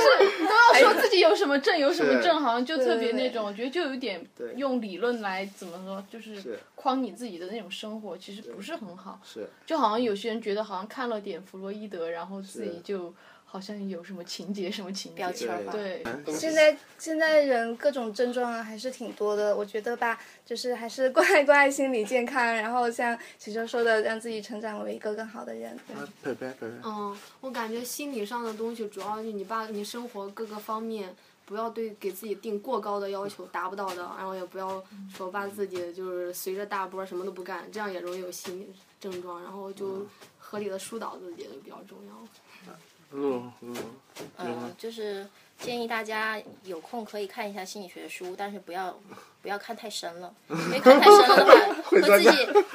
Speaker 3: 要说自己有什么症有什么
Speaker 4: 哎是
Speaker 3: 症，好像就特别那
Speaker 6: 对
Speaker 3: 种，我觉得就有点
Speaker 4: 对
Speaker 3: 用理论来怎么说，就是
Speaker 4: 是
Speaker 3: 框你自己的那种生活，其实不是很好。
Speaker 4: 是
Speaker 3: 就好像有些人觉得好像看了点弗洛伊德，然后自己
Speaker 4: 是
Speaker 3: 就好像有什么情节什么情节，
Speaker 7: 标签儿化
Speaker 3: 对，
Speaker 6: 现在现在人各种症状啊还是挺多的，我觉得吧，就是还是关关爱心理健康，然后像许秋说的，让自己成长为一个更好的人。对
Speaker 1: 啊佩佩佩佩，
Speaker 5: 嗯，我感觉心理上的东西，主要是你把你生活各个方面，不要对给自己定过高的要求，达不到的，然后也不要说把自己就是随着大波什么都不干，这样也容易有心理症状，然后就合理的疏导自己就比较重要。
Speaker 1: 露露露露，
Speaker 7: 嗯，就是建议大家有空可以看一下心理学的书，但是不要不要看太深了，因为看太深了的话，会自己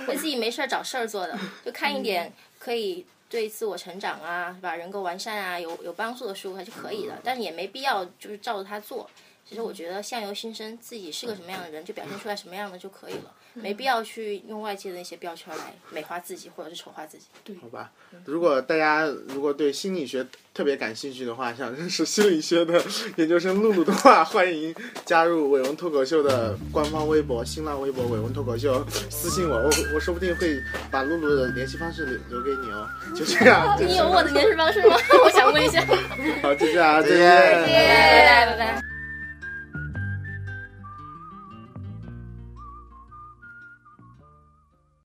Speaker 7: 会自己没事儿找事儿做的。就看一点可以对自我成长啊，是吧？人格完善啊，有有帮助的书还是可以的，但是也没必要就是照着它做。其实我觉得相由心生，自己是个什么样的人，就表现出来什么样的就可以了，没必要去用外界的一些标签来美化自己或者是丑化自己。
Speaker 1: 好吧，如果大家如果对心理学特别感兴趣的话，想认识心理学的 <laughs> 呃研究生露露的话，欢迎加入伟文脱口秀的官方微博、新浪微博“伟文脱口 <laughs> 秀”，私信我，我我说不定会把露露的联系方式留留给你哦。就这样，就
Speaker 7: 你有我的联系方式吗？我想问一下。
Speaker 1: 好，就这样，再
Speaker 4: 再见
Speaker 1: 见。
Speaker 7: 拜拜拜拜。